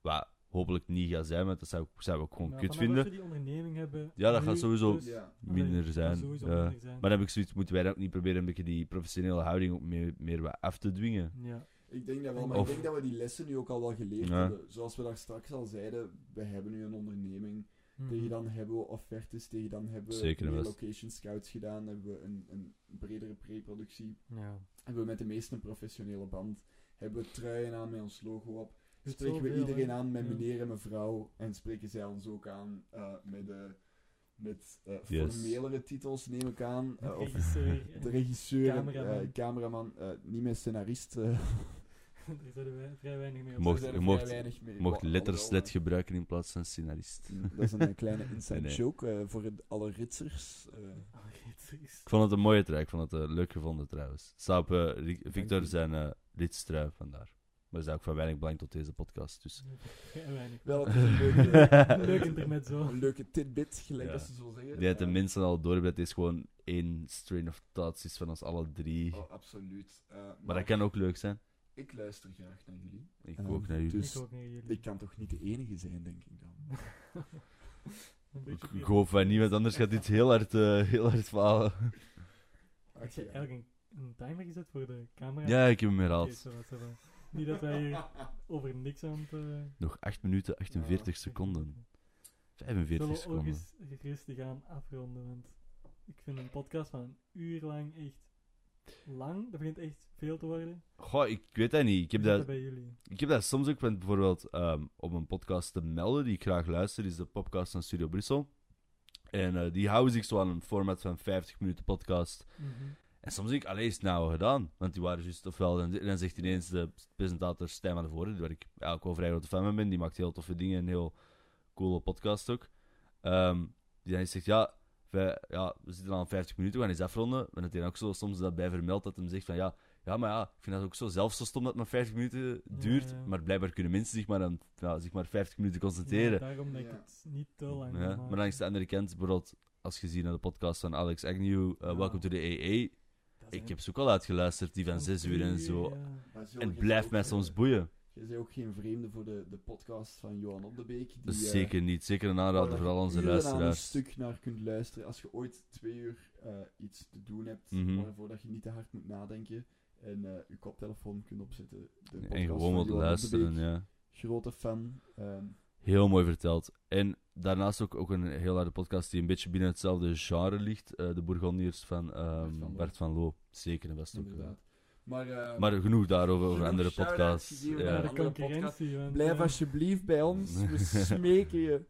Speaker 3: Wat hopelijk niet gaat zijn, want dat zou, zou ik ook gewoon
Speaker 1: Maar
Speaker 3: kut
Speaker 1: vanaf
Speaker 3: vinden.
Speaker 1: dat we die onderneming hebben...
Speaker 3: Ja, dat
Speaker 1: nu,
Speaker 3: gaat sowieso
Speaker 1: dus-
Speaker 2: ja.
Speaker 1: Allee,
Speaker 3: Minder
Speaker 1: dat
Speaker 3: zijn,
Speaker 1: gaat sowieso
Speaker 3: ja.
Speaker 1: minder zijn.
Speaker 3: Maar dan heb ik zoiets, moeten wij dan ook niet proberen een beetje die professionele houding ook meer, meer wat af te dwingen?
Speaker 1: Ja,
Speaker 2: Ik denk dat wel, maar
Speaker 3: Of-
Speaker 2: ik denk dat we die lessen nu ook al wel geleerd
Speaker 3: Ja.
Speaker 2: hebben. Zoals we daar straks al zeiden, we hebben nu een onderneming.
Speaker 1: Mhm.
Speaker 2: Tegen dan hebben we offertes, tegen dan hebben we
Speaker 3: Zeker en
Speaker 2: meer
Speaker 3: vast.
Speaker 2: location scouts gedaan, hebben we een, een bredere preproductie,
Speaker 1: Ja.
Speaker 2: hebben we met de meesten een professionele band, hebben we truien aan met ons logo op.
Speaker 1: doet
Speaker 2: Dus spreken we
Speaker 1: zoveel,
Speaker 2: iedereen
Speaker 1: hè.
Speaker 2: aan met
Speaker 1: Ja.
Speaker 2: meneer en mevrouw en spreken zij ons ook aan eh, met, eh, met eh,
Speaker 3: Yes.
Speaker 2: formelere titels, neem ik aan. eh, of
Speaker 1: Regisseur.
Speaker 2: <laughs> de regisseur, en,
Speaker 1: Cameraman.
Speaker 2: eh, cameraman, eh, niet meer scenarist. eh,
Speaker 1: <laughs> Daar zijn wij vrij weinig mee op.
Speaker 3: Mocht-
Speaker 2: daar zijn <laughs>
Speaker 3: je
Speaker 2: er
Speaker 3: mocht-
Speaker 2: vrij weinig mee.
Speaker 3: Je mocht
Speaker 2: Wa-
Speaker 3: letters
Speaker 2: wel,
Speaker 3: led gebruiken in plaats van scenarist.
Speaker 2: eh, Dat is een eh, kleine inside
Speaker 3: <laughs> Nee, nee.
Speaker 2: joke eh, voor het- alle ritsers. eh.
Speaker 1: <laughs> Oh, jezus.
Speaker 3: Ik vond het een mooie trui. Ik vond het eh, leuk gevonden trouwens. Saap, eh, Ri- Victor
Speaker 2: je.
Speaker 3: zijn eh lidstrui vandaar. Maar is ook van weinig belang tot deze podcast. Dus.
Speaker 1: Vrij weinig.
Speaker 2: Wel, het is
Speaker 3: <laughs>
Speaker 2: een leuke,
Speaker 1: Leuk intermezzo.
Speaker 2: Een leuke tidbit, gelijk
Speaker 3: Ja.
Speaker 2: als ze zo zeggen.
Speaker 3: Die had de
Speaker 2: Eh,
Speaker 3: mensen al door dat is gewoon één strain of thoughts is van ons alle drie.
Speaker 2: Oh, absoluut. Eh,
Speaker 3: Maar dat kan ook leuk zijn.
Speaker 2: Ik luister graag naar jullie.
Speaker 3: Ik
Speaker 2: Ehm,
Speaker 3: ook naar u.
Speaker 2: dus-
Speaker 1: ik ook naar jullie.
Speaker 2: Ik kan toch niet de enige zijn, denk ik dan.
Speaker 1: <laughs> Een
Speaker 3: Ik,
Speaker 1: beetje
Speaker 3: ik
Speaker 1: meer.
Speaker 3: hoop van niet, want anders gaat dit heel hard, eh, heel hard falen.
Speaker 1: Heb
Speaker 2: Ach,
Speaker 1: je
Speaker 2: ja.
Speaker 1: eigenlijk een, een timer gezet voor de camera?
Speaker 3: Ja, ik heb hem
Speaker 1: Oké,
Speaker 3: herhaald.
Speaker 1: ça va, ça va. Niet dat wij hier over niks aan het... eh,
Speaker 3: Nog 8 minuten 48 seconden.
Speaker 1: Zullen
Speaker 3: 45
Speaker 1: we ook
Speaker 3: seconden.
Speaker 1: eens rustig aan afronden, want ik vind een podcast van een uur lang echt lang. Dat begint echt veel te worden.
Speaker 3: Goh, ik weet dat niet. Ik heb
Speaker 1: Hoe zit
Speaker 3: dat,
Speaker 1: bij jullie.
Speaker 3: ik heb dat soms ook want bijvoorbeeld ehm om een podcast te melden die ik graag luister, is de podcast van Studio Brussel. En eh, die houden zich zo aan een format van 50 minuten podcast.
Speaker 1: Mhm.
Speaker 3: En soms denk ik, allee, is het nou gedaan? Want die waren juist, ofwel, dan, dan zegt ineens de presentator Stijn van de Voorde, waar ik eigenlijk wel vrij grote fan van ben, die maakt heel toffe dingen en heel coole podcast ook. Ehm, die dan zegt, ja, wij, ja, we zitten al aan 50 minuten, we gaan eens afronden. En dat hij dan ook zo soms dat bij vermeldt, dat hem zegt van, ja, ja, maar ja, ik vind dat ook zo zelf zo stom dat het maar 50 minuten duurt.
Speaker 1: ja.
Speaker 3: Maar blijkbaar kunnen mensen zich maar, aan, ja, zich maar 50 minuten
Speaker 1: Ja,
Speaker 3: concentreren.
Speaker 1: daarom dat ik
Speaker 2: Ja.
Speaker 1: het niet te lang wil
Speaker 3: Ja,
Speaker 1: maken.
Speaker 3: maar langs de andere kant, bijvoorbeeld, als je ziet naar de podcast van Alex Agnew, eh,
Speaker 1: Ja.
Speaker 3: Welcome to the AA,
Speaker 1: Dat zijn
Speaker 3: ik heb ze ook al uitgeluisterd, die van
Speaker 1: van
Speaker 3: 6
Speaker 1: drie
Speaker 3: uur en
Speaker 1: uur,
Speaker 3: zo.
Speaker 1: ja.
Speaker 2: <laughs> Maar Zul,
Speaker 3: En
Speaker 2: jij
Speaker 3: het blijft
Speaker 2: ook,
Speaker 3: mij
Speaker 2: eh,
Speaker 3: soms boeien.
Speaker 2: Jij bent ook geen vreemde voor de, de podcast van Johan op de Beek. Die,
Speaker 3: Dat is
Speaker 2: eh,
Speaker 3: zeker niet. Zeker een
Speaker 2: waar
Speaker 3: aanrader
Speaker 2: dat
Speaker 3: voor al
Speaker 2: je
Speaker 3: onze
Speaker 2: uren aan een
Speaker 3: luisteraars.
Speaker 2: stuk naar kunt luisteren. Als je ooit twee uur eh, iets te doen hebt
Speaker 3: Mhm.
Speaker 2: waarvoor dat je niet te hard moet nadenken en eh, je koptelefoon kunt opzetten. De podcast
Speaker 3: En gewoon
Speaker 2: van
Speaker 3: wat
Speaker 2: Johan op de
Speaker 3: luisteren,
Speaker 2: Beek.
Speaker 3: ja.
Speaker 2: Grote fan. ehm,
Speaker 3: Heel mooi verteld. En daarnaast ook, ook een heel harde podcast die een beetje binnen hetzelfde genre ligt. eh, de Bourgondiërs van ehm,
Speaker 2: Bert van Loo.
Speaker 3: Bert van Loo. Zeker een beste ook.
Speaker 2: inderdaad. Maar, eh,
Speaker 3: Maar genoeg daarover, over
Speaker 2: Genoeg
Speaker 3: andere
Speaker 2: shout-outs
Speaker 3: podcasts.
Speaker 2: gegeven
Speaker 1: Ja,
Speaker 2: aan
Speaker 3: Ja.
Speaker 1: de
Speaker 2: andere
Speaker 1: concurrentie. Want,
Speaker 2: Blijf
Speaker 1: eh,
Speaker 2: alsjeblieft bij <laughs> ons, we smeken je.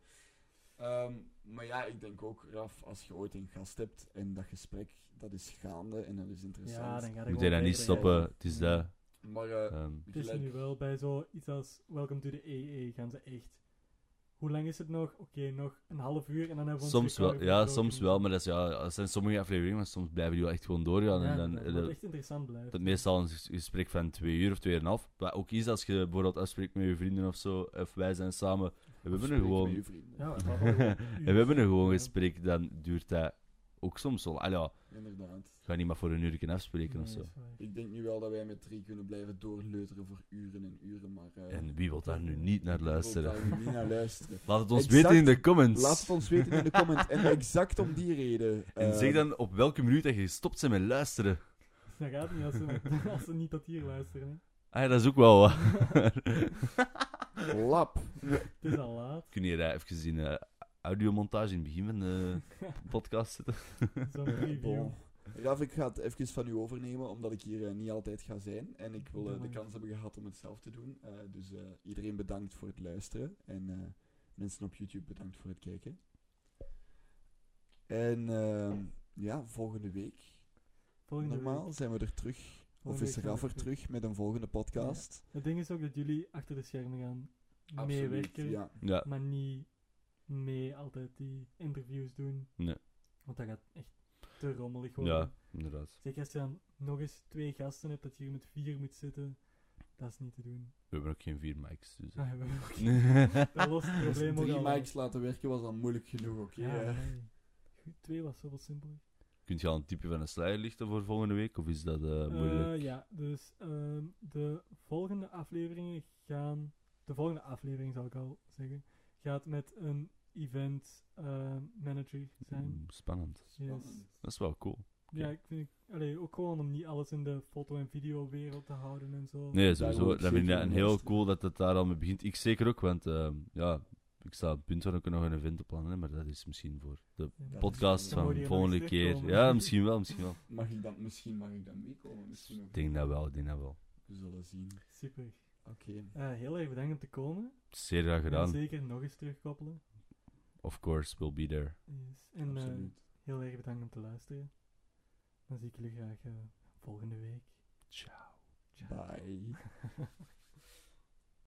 Speaker 2: Ehm, maar ja, ik denk ook, Raf, als je ooit een gast hebt en dat gesprek, dat is gaande en dat is
Speaker 1: Ja,
Speaker 2: interessant.
Speaker 1: dan ga ik
Speaker 3: Moet jij dat niet stoppen? Het is
Speaker 1: Ja.
Speaker 3: dat.
Speaker 2: Maar eh,
Speaker 3: ehm,
Speaker 1: Het is
Speaker 2: gelijk-
Speaker 1: nu wel bij zoiets als Welcome to the EE gaan ze echt... Hoe lang is het nog? Oké, nog een half uur en dan hebben we ons
Speaker 3: soms wel,
Speaker 1: record
Speaker 3: ja,
Speaker 1: verbroken.
Speaker 3: soms wel. Maar dat, is, ja, dat zijn sommige afleveringen, maar soms blijven die wel echt gewoon doorgaan.
Speaker 1: Ja,
Speaker 3: en dan, eh,
Speaker 1: dat het echt interessant blijft.
Speaker 3: Dat meestal een ges- gesprek van twee uur of tweeënhalf. Wat ook is als je bijvoorbeeld afspreekt met je vrienden of zo, of wij zijn samen. En we hebben er
Speaker 2: Spreek
Speaker 3: gewoon,
Speaker 2: met je vrienden.
Speaker 3: <laughs>
Speaker 1: Ja,
Speaker 3: en we hebben er gewoon gesprek, dan duurt dat ook soms wel. Allee, ja,
Speaker 2: Inderdaad.
Speaker 3: ik ga niet maar voor een uur kunnen afspreken of zo.
Speaker 2: <laughs> Ik denk nu wel dat wij met drie kunnen blijven doorleuteren voor uren en uren, maar... eh, ik
Speaker 3: En wie wil daar nu niet naar
Speaker 2: wil
Speaker 3: luisteren?
Speaker 2: daar nu niet naar luisteren.
Speaker 3: Laat het ons
Speaker 2: Exact.
Speaker 3: weten in de comments.
Speaker 2: Laat het ons weten in de comment. En exact om die reden.
Speaker 3: <laughs> En
Speaker 2: eh,
Speaker 3: zeg dan op welke minuut dat je gestopt bent met luisteren.
Speaker 1: <laughs> Dat gaat niet als ze, <laughs> als ze niet tot hier luisteren. hè.
Speaker 3: Ah ja, dat is ook wel waar. <laughs>
Speaker 2: Lap.
Speaker 1: Het is al
Speaker 3: <laughs>
Speaker 1: laat.
Speaker 3: Kun je hier eh, even zien eh, audiomontage in het begin van de podcast zetten?
Speaker 1: Zo'n preview.
Speaker 2: Bon. Raf, ik ga het even van u overnemen, omdat ik hier eh, niet altijd ga zijn. En ik wil eh, de kans hebben gehad om het zelf te doen. Eh, dus eh, iedereen bedankt voor het luisteren. En eh, mensen op YouTube bedankt voor het kijken. En ehm, ja, volgende week
Speaker 1: Volgende
Speaker 2: normaal
Speaker 1: week.
Speaker 2: zijn we er terug. Of
Speaker 1: Volgende
Speaker 2: is
Speaker 1: week
Speaker 2: Raf
Speaker 1: zijn
Speaker 2: er
Speaker 1: we terug.
Speaker 2: terug met een volgende podcast?
Speaker 1: Het ding is ook dat jullie achter de schermen gaan meewerken,
Speaker 2: Ja.
Speaker 3: Ja,
Speaker 1: maar niet mee altijd die interviews doen.
Speaker 3: Nee.
Speaker 1: Want dat gaat echt te rommelig worden.
Speaker 3: ja inderdaad.
Speaker 1: Zeker als je dan nog eens twee gasten hebt, dat je hier met vier moet zitten. Dat is niet te doen.
Speaker 3: We hebben ook geen vier mics, dus...
Speaker 1: Ah, we-
Speaker 3: <laughs>
Speaker 1: dat lost het
Speaker 2: Dus
Speaker 1: probleem ook
Speaker 2: drie
Speaker 1: al.
Speaker 2: mics laten werken was al moeilijk genoeg, oké?
Speaker 1: Ja,
Speaker 2: eh.
Speaker 1: nee. Goed, Twee was zoveel simpeler.
Speaker 3: Kunt je al een type van een sluier lichten voor volgende week? Of is dat eh,
Speaker 1: Eh,
Speaker 3: moeilijk?
Speaker 1: ja, dus ehm, de volgende afleveringen gaan. De volgende aflevering zal ik al zeggen. Gaat met een event ehm, manager zijn.
Speaker 3: Mm, Spannend.
Speaker 1: Yes.
Speaker 3: Dat is wel cool.
Speaker 1: Ja, ik vind ik, allee, ook gewoon om niet alles in de foto- en videowereld te houden en zo.
Speaker 3: Nee,
Speaker 2: wil
Speaker 3: sowieso.
Speaker 2: ik
Speaker 3: Dat vind ik
Speaker 2: zeker
Speaker 3: een
Speaker 2: in
Speaker 3: heel
Speaker 2: meesten.
Speaker 3: cool dat het daar al mee begint. Ik zeker ook, want eh, ja, ik sta op het punt van ook nog een event te plannen, maar dat is misschien voor de
Speaker 1: Ja.
Speaker 2: Dat
Speaker 3: podcast
Speaker 2: is-
Speaker 1: Dan moet
Speaker 3: van
Speaker 1: je
Speaker 3: de
Speaker 1: nog
Speaker 3: volgende
Speaker 1: eens
Speaker 3: keer.
Speaker 1: terugkomen.
Speaker 3: Ja, misschien wel, misschien
Speaker 1: <laughs>
Speaker 3: wel.
Speaker 2: Mag ik dan, misschien mag ik dan meekomen. Misschien ook
Speaker 3: Ik denk
Speaker 2: niet.
Speaker 3: dat wel, ik denk dat wel.
Speaker 2: We zullen zien.
Speaker 1: Super.
Speaker 2: Oké.
Speaker 1: Eh, heel erg bedankt om te komen.
Speaker 3: Zeer graag
Speaker 1: En
Speaker 3: gedaan.
Speaker 1: zeker nog eens terugkoppelen.
Speaker 3: Of course, we'll be there.
Speaker 1: Yes. En eh,
Speaker 2: Absoluut.
Speaker 1: heel erg bedankt om te luisteren. Dan zie ik jullie graag eh, volgende week.
Speaker 3: Ciao.
Speaker 1: Ciao.
Speaker 2: Bye.